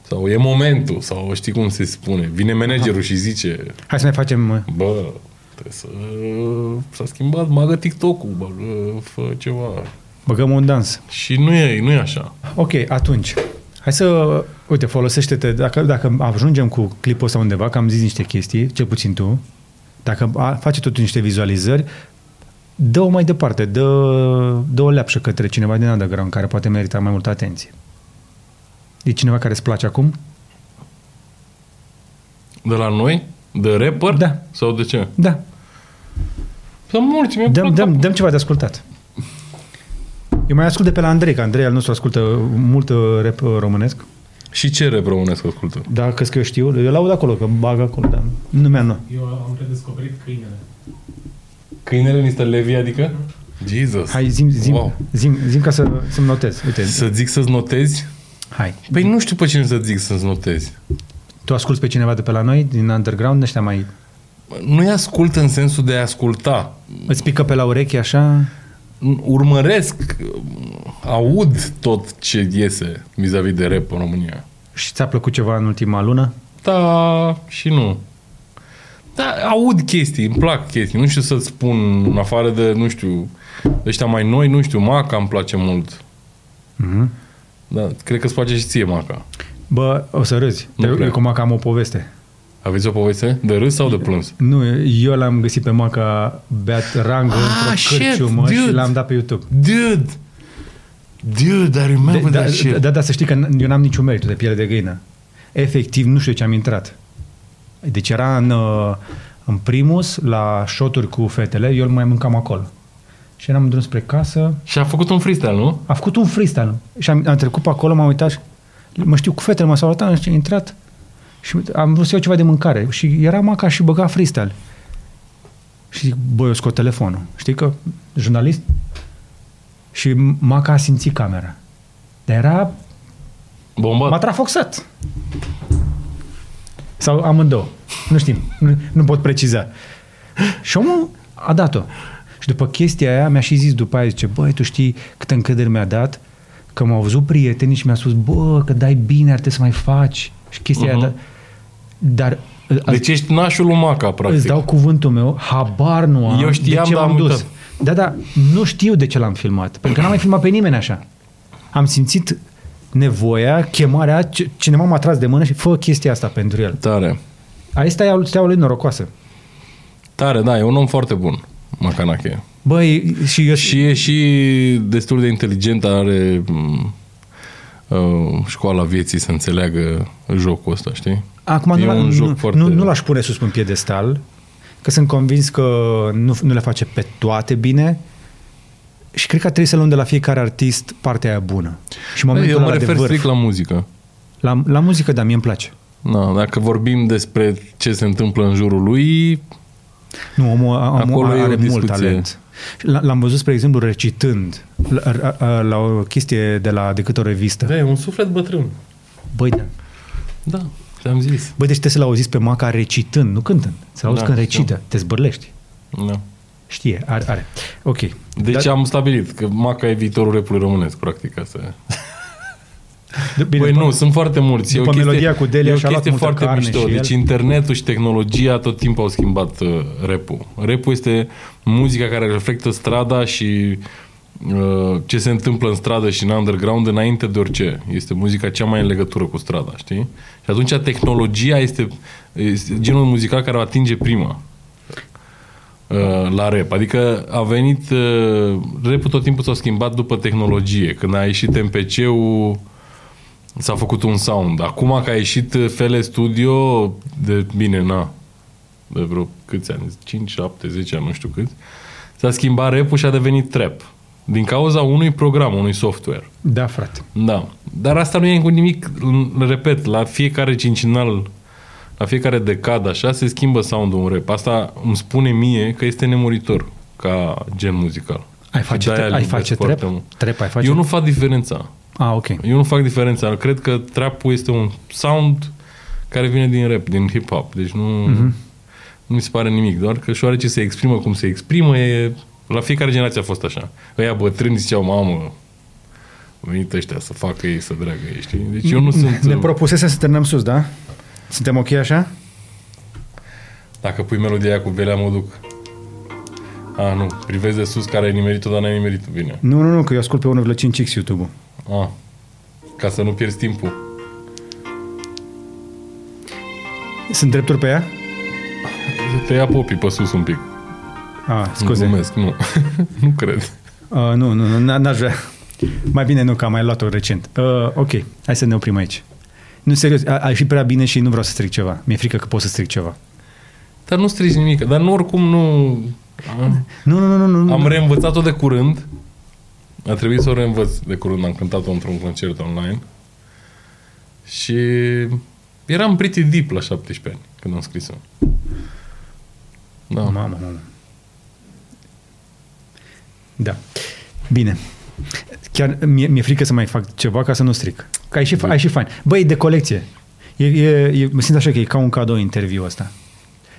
Speaker 2: sau e momentul sau știi cum se spune, vine managerul și zice
Speaker 1: Hai să mai facem... uh,
Speaker 2: bă, trebuie să s-a schimbat, magă TikTok-ul, bă, fă ceva.
Speaker 1: Băgăm un dans.
Speaker 2: Și nu e, nu e așa.
Speaker 1: Ok, atunci. Hai să, uite, folosește-te, dacă, dacă ajungem cu clipul ăsta undeva, că am zis niște chestii, cel puțin tu, dacă a, face tot niște vizualizări, dă-o mai departe, dă, dă o leapșă către cineva din underground care poate merita mai multă atenție. E cineva care îți place acum?
Speaker 2: De la noi? De rapper?
Speaker 1: Da.
Speaker 2: Sau de ce?
Speaker 1: Da.
Speaker 2: Sunt mulți, mi-e
Speaker 1: Dăm,
Speaker 2: plac.
Speaker 1: dăm, dăm ceva de ascultat. Eu mai ascult de pe la Andrei, că Andrei al nostru ascultă mult uh, rap uh, românesc.
Speaker 2: Și ce rap românesc ascultă?
Speaker 1: Da, crezi că eu știu? Eu laud acolo, că îmi bag acolo, dar nu mi-a nu.
Speaker 4: Eu am redescoperit câinele.
Speaker 2: Câinele niște Levi, adică? Jesus.
Speaker 1: Hai, zim, zim, wow.
Speaker 2: Wow.
Speaker 1: zim, zim ca să, să-mi notez. Uite,
Speaker 2: Să zic să-ți notezi?
Speaker 1: hai.
Speaker 2: Păi nu știu pe cine să zic să-ți notezi.
Speaker 1: Tu asculti pe cineva de pe la noi, din underground, ăștia mai...
Speaker 2: Nu-i ascult în sensul de a asculta.
Speaker 1: Îți pică pe la urechi așa?
Speaker 2: Urmăresc, aud tot ce iese vis-a-vis de rap în România.
Speaker 1: Și ți-a plăcut ceva în ultima lună?
Speaker 2: Da și nu. Da, aud chestii, îmi plac chestii. Nu știu să-ți spun, în afară de, nu știu, ăștia mai noi, nu știu, Maca îmi place mult.
Speaker 1: Mhm.
Speaker 2: Da, cred că îți place și ție Maca.
Speaker 1: Bă, o să râzi.
Speaker 2: Nu
Speaker 1: Eu,
Speaker 2: prea.
Speaker 1: eu cu Maca am o poveste.
Speaker 2: Aveți o poveste? De râs sau de plâns?
Speaker 1: Nu, eu l-am găsit pe Maca beat rangă într-o
Speaker 2: Ah, shit,
Speaker 1: cârciumă și
Speaker 2: dude.
Speaker 1: l-am dat pe YouTube.
Speaker 2: Dude! Dude, I
Speaker 1: De-
Speaker 2: remember
Speaker 1: da,
Speaker 2: that shit.
Speaker 1: da, da, să știi că n- eu n-am niciun merit de piele de găină. Efectiv, nu știu ce am intrat. Deci era în, uh, în primus, la șoturi cu fetele, eu îl mai mâncam acolo. Și eram în drum spre casă,
Speaker 2: Și a făcut un freestyle, nu?
Speaker 1: a făcut un freestyle și am, am trecut pe acolo, m-am uitat și mă știu cu fetele, m-a salutat, nu știu, am intrat și am vrut să iau ceva de mâncare și era maca și băga freestyle. Și zic, băi, eu scot telefonul. Știi că jurnalist? Și maca a simțit camera. Dar era
Speaker 2: Bombat.
Speaker 1: M-a trafoxat. Sau amândouă. Nu știm. Nu, nu pot preciza. Și omul a dat-o. Și după chestia aia mi-a și zis după aia, zice, băi, tu știi câtă încredere mi-a dat? că m-au văzut prietenii și mi-au spus, bă, că dai bine, ar trebui să mai faci. Și chestia uh-huh. aia,
Speaker 2: Mhm.
Speaker 1: dar, dar î-
Speaker 2: Deci ești nașul lui Maca, practic.
Speaker 1: Îți dau cuvântul meu, habar nu am
Speaker 2: Eu știam,
Speaker 1: de ce
Speaker 2: dar
Speaker 1: m-am
Speaker 2: am
Speaker 1: dus.
Speaker 2: uitat.
Speaker 1: Da, da, nu știu de ce l-am filmat. Pentru că n-am mai filmat pe nimeni așa. Am simțit nevoia, chemarea, ce- cineva m-a tras de mână și fă chestia asta pentru el.
Speaker 2: Tare.
Speaker 1: Asta e al- steaua lui norocoasă.
Speaker 2: Tare, da, e un om foarte bun, Macanache.
Speaker 1: Băi, și eu
Speaker 2: Și e și destul de inteligent, are m, uh, școala vieții să înțeleagă jocul ăsta, știi?
Speaker 1: Acum
Speaker 2: e
Speaker 1: nu,
Speaker 2: un
Speaker 1: nu,
Speaker 2: joc
Speaker 1: nu,
Speaker 2: foarte...
Speaker 1: nu, nu l-aș pune sus pe un piedestal, că sunt convins că nu, nu le face pe toate bine și cred că trebuie să luăm de la fiecare artist partea aia bună. Și momentul
Speaker 2: Eu mă
Speaker 1: ăla de
Speaker 2: refer
Speaker 1: vârf.
Speaker 2: strict la muzică.
Speaker 1: La, la muzică, da, mie îmi place.
Speaker 2: Da, dacă vorbim despre ce se întâmplă în jurul lui,
Speaker 1: Nu, omul, omul
Speaker 2: Acolo e o
Speaker 1: are mult
Speaker 2: discuție.
Speaker 1: talent. Și l- L-am văzut, spre exemplu, recitând la, la, la o chestie de la decât o revistă.
Speaker 4: Da, e un suflet bătrân.
Speaker 1: Băi, da.
Speaker 2: da, ți-am zis.
Speaker 1: Băi, deci trebuie să-l auziți pe Maca recitând, nu cântând. Să-l auzi
Speaker 2: Da,
Speaker 1: când
Speaker 2: știu.
Speaker 1: recită, te zbârlești.
Speaker 2: Da.
Speaker 1: Știe, are, are. Ok.
Speaker 2: Deci
Speaker 1: Dar-
Speaker 2: am stabilit că Maca e viitorul repului românesc, practic, asta e.
Speaker 1: de-
Speaker 2: Bine, Băi,
Speaker 1: după-
Speaker 2: nu, sunt foarte mulți. E o
Speaker 1: după
Speaker 2: chestie,
Speaker 1: melodia cu Delia
Speaker 2: e o
Speaker 1: și-a luat
Speaker 2: chestie
Speaker 1: multă
Speaker 2: foarte
Speaker 1: carne
Speaker 2: mișto.
Speaker 1: și el.
Speaker 2: Deci internetul și tehnologia tot timpul au schimbat uh, rap-ul. Rap-ul este muzica care reflectă strada și uh, ce se întâmplă în stradă și în underground înainte de orice. Este muzica cea mai în legătură cu strada, știi? Și atunci tehnologia este, este genul muzical care o atinge prima uh, la rap. Adică a venit uh, rap tot timpul s-a schimbat după tehnologie. Când a ieșit MPC-ul s-a făcut un sound. Acum că a ieșit uh, Fele Studio de bine, na. De vreo câți ani? 5, 7, 10 ani, nu știu câți. S-a schimbat rap și a devenit trap. Din cauza unui program, unui software.
Speaker 1: Da, frate.
Speaker 2: Da. Dar asta nu e cu nimic, l- repet, la fiecare cincinal, la fiecare decadă, așa, se schimbă sound-ul în rap. Asta îmi spune mie că este nemuritor ca gen muzical.
Speaker 1: Ai
Speaker 2: Și
Speaker 1: face,
Speaker 2: de-aia
Speaker 1: tre-
Speaker 2: îl
Speaker 1: ai
Speaker 2: iubesc
Speaker 1: face
Speaker 2: Da, foarte
Speaker 1: trep?
Speaker 2: mult.
Speaker 1: Trep ai face?
Speaker 2: Eu nu fac diferența.
Speaker 1: Ah, ok.
Speaker 2: Eu nu fac diferența. Cred că trap este un sound care vine din rap, din hip-hop. Deci nu,
Speaker 1: Mhm.
Speaker 2: nu mi se pare nimic. Doar că șoarece se exprimă cum se exprimă. E, la fiecare generație a fost așa. Ăia bătrâni ziceau, mamă, au venit ăștia să facă ei, să dreagă ei, știi? Deci eu nu sunt...
Speaker 1: Ne propusese să terminăm sus, da? Suntem ok așa?
Speaker 2: Dacă pui melodia aia cu velea, mă duc. A, nu. Privezi de sus care ai nimerit-o, dar n-ai nimerit-o bine.
Speaker 1: Nu, nu, nu, că eu ascult pe 1,5x YouTube-ul.
Speaker 2: A, ca să nu pierzi timpul.
Speaker 1: Sunt drepturi pe ea?
Speaker 2: Te ia popii pe sus un pic.
Speaker 1: Ah, scuze.
Speaker 2: Glumesc, nu. [laughs] nu cred.
Speaker 1: Uh, nu, nu, nu, n- n-aș vrea. Mai bine nu, că am mai luat-o recent. Uh, ok, hai să ne oprim aici. Nu, serios, a, a ieșit prea bine și nu vreau să stric ceva. Mi-e frică că pot să stric ceva.
Speaker 2: Dar nu strici nimic. Dar nu oricum nu... Am-
Speaker 1: Nu, nu, nu, nu, nu.
Speaker 2: Am reînvățat-o de curând. A trebuit să o reînvăț de curând. Am cântat-o într-un concert online. Și eram pretty deep la 17 ani când am scris-o. Da.
Speaker 1: Mamă, mamă. Da. Bine. Chiar mi-e, mi-e frică să mai fac ceva ca să nu stric. Că ai și, fa- ai și fain. Băi, de colecție. E, e, e, mă simt așa că e ca un cadou interviu ăsta.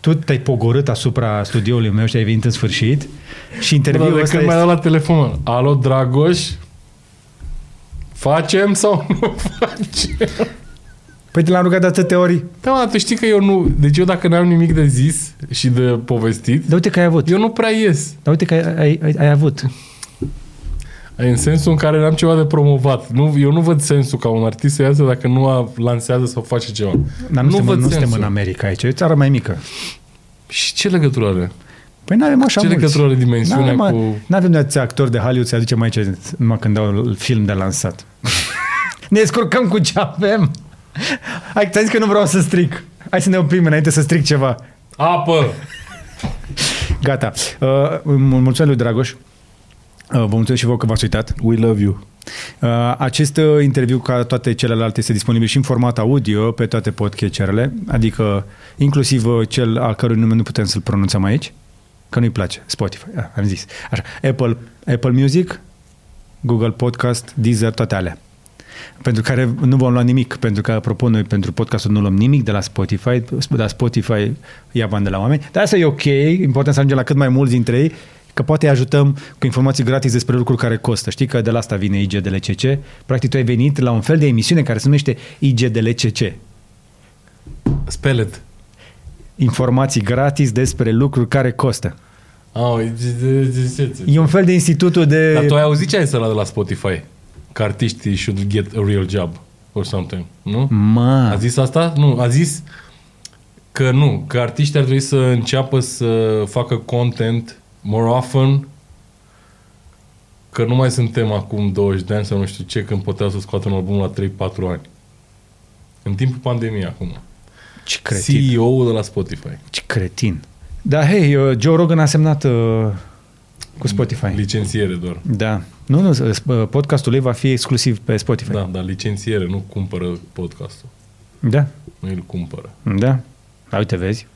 Speaker 1: Tu te-ai pogorât asupra studioului meu și ai venit în sfârșit și
Speaker 2: Dar
Speaker 1: interviul
Speaker 2: de
Speaker 1: ăsta
Speaker 2: când
Speaker 1: este...
Speaker 2: mai dau la telefon, alo, Dragoș, facem sau nu facem?
Speaker 1: Păi te l-am rugat de atâtea ori.
Speaker 2: Da, mă, dar tu știi că eu nu... Deci eu dacă n-am nimic de zis și de povestit,
Speaker 1: Dar uite că ai avut.
Speaker 2: eu nu prea ies.
Speaker 1: Dar uite că ai, ai, ai, ai avut.
Speaker 2: În sensul în care n-am ceva de promovat. Nu, eu nu văd sensul ca un artist să iasă dacă nu a, lansează sau face ceva.
Speaker 1: Dar nu, suntem, nu suntem în America aici, e o țară mai mică.
Speaker 2: Și ce legătură are?
Speaker 1: Păi nu avem așa
Speaker 2: Ce
Speaker 1: mulți.
Speaker 2: legătură are dimensiunea
Speaker 1: N-avem,
Speaker 2: cu-
Speaker 1: N-avem de ați actor de Hollywood să aducem aici numai când dau film de [laughs] lansat. ne descurcăm cu ce avem. Hai, ți-am zis că nu vreau să stric. Hai să ne oprim înainte să stric ceva.
Speaker 2: Apă!
Speaker 1: Gata. Uh, mul- mulțumesc lui Dragoș. Uh, vă mulțumesc și vouă că v-ați uitat.
Speaker 2: We love you.
Speaker 1: Uh, Acest uh, interviu, ca toate celelalte, este disponibil și în format audio pe toate podcasterele, adică inclusiv uh, cel al cărui nume nu putem să-l pronunțăm aici, că nu-i place, Spotify, ah, am zis. Așa. Apple, Apple Music, Google Podcast, Deezer, toate alea. Pentru care nu vom lua nimic, pentru că, apropo, noi pentru podcastul nu luăm nimic de la Spotify, de la Spotify ia bani de la oameni, dar asta e ok, important să ajungem la cât mai mulți dintre ei, că poate îi ajutăm cu informații gratis despre lucruri care costă. Știi că de la asta vine IGDLCC. Practic tu ai venit la un fel de emisiune care se numește IGDLCC.
Speaker 2: Spelet.
Speaker 1: Informații gratis despre lucruri care costă.
Speaker 2: Au, e- e- e- e- e-
Speaker 1: E un fel de institutul de...
Speaker 2: Dar tu ai auzit ce ai sărat de la Spotify? Că artiștii should get a real job or something, nu? A
Speaker 1: Ma,
Speaker 2: zis asta? Nu, a zis că nu, că artiștii ar trebui să înceapă să facă content more often, că nu mai suntem acum 20 de ani sau nu știu ce, când puteau să scoată un album la 3-4 ani. În timpul pandemiei acum.
Speaker 1: ce cretin.
Speaker 2: CEO-ul de la Spotify.
Speaker 1: Ce cretin. Da, hei, uh, Joe Rogan a semnat uh, cu Spotify.
Speaker 2: Licențiere doar.
Speaker 1: Da. Nu, nu, uh, sp- podcastul lui va fi exclusiv pe Spotify.
Speaker 2: Da, dar licențiere, nu cumpără podcastul.
Speaker 1: Da.
Speaker 2: Nu îl cumpără.
Speaker 1: Da. Da, uite, vezi.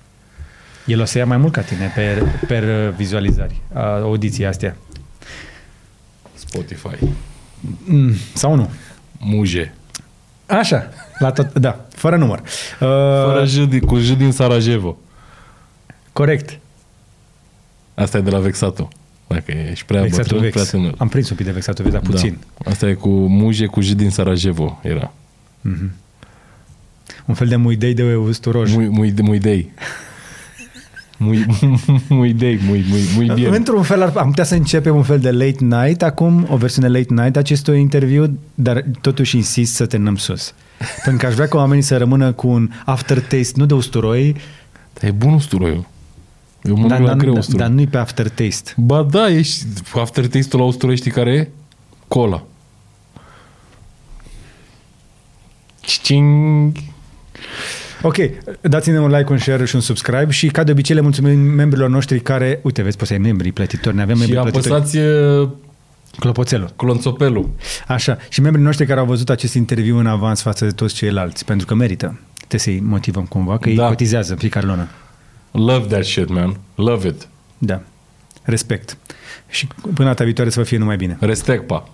Speaker 1: El o să ia mai mult ca tine per, per uh, vizualizări, a, audiții astea.
Speaker 2: Spotify.
Speaker 1: Mm, sau nu?
Speaker 2: Muje.
Speaker 1: Așa. La tot, da, fără număr. Uh,
Speaker 2: Fără
Speaker 1: fără...
Speaker 2: J, din- cu J din Sarajevo.
Speaker 1: Corect.
Speaker 2: Da, Asta e de la Vexato. Dacă ești prea
Speaker 1: Vexatul
Speaker 2: bătrân, prea
Speaker 1: vex.
Speaker 2: tânăr.
Speaker 1: Am prins un pic de vexatul vex, dar puțin.
Speaker 2: Da. Asta e cu muje cu J din Sarajevo era.
Speaker 1: Un fel de muidei de usturoj.
Speaker 2: Mui, mui, muidei. Mui, [laughs] muidei, mui, mui, mui bine.
Speaker 1: Da. Într-un fel ar, am putea să începem un fel de late night acum, o versiune late night a acestui interviu, dar totuși insist să terminăm sus. Pentru că aș vrea ca oamenii să rămână cu un aftertaste, nu de usturoi,
Speaker 2: Dar e bun usturoiul. Eu mănânc
Speaker 1: dar,
Speaker 2: la
Speaker 1: dar,
Speaker 2: greu
Speaker 1: dar,
Speaker 2: usturoi.
Speaker 1: dar nu-i pe aftertaste.
Speaker 2: Ba da, ești aftertaste-ul la usturoi, știi care e? Cola. Cing.
Speaker 1: Ok, dați-ne un like, un share și un subscribe și ca de obicei le mulțumim membrilor noștri care, uite, vezi, poți să ai membrii plătitori, ne avem
Speaker 2: Și
Speaker 1: membrii plătitori.
Speaker 2: apăsați uh,
Speaker 1: Clopoțelul.
Speaker 2: clonțopelul.
Speaker 1: Așa, și membrii noștri care au văzut acest interviu în avans față de toți ceilalți, pentru că merită. Trebuie să-i motivăm cumva, că da.
Speaker 2: Da.
Speaker 1: ei cotizează în fiecare lună.
Speaker 2: Love that shit, man. Love it.
Speaker 1: Da. Respect. Și până data viitoare să vă fie numai bine.
Speaker 2: Respect, pa.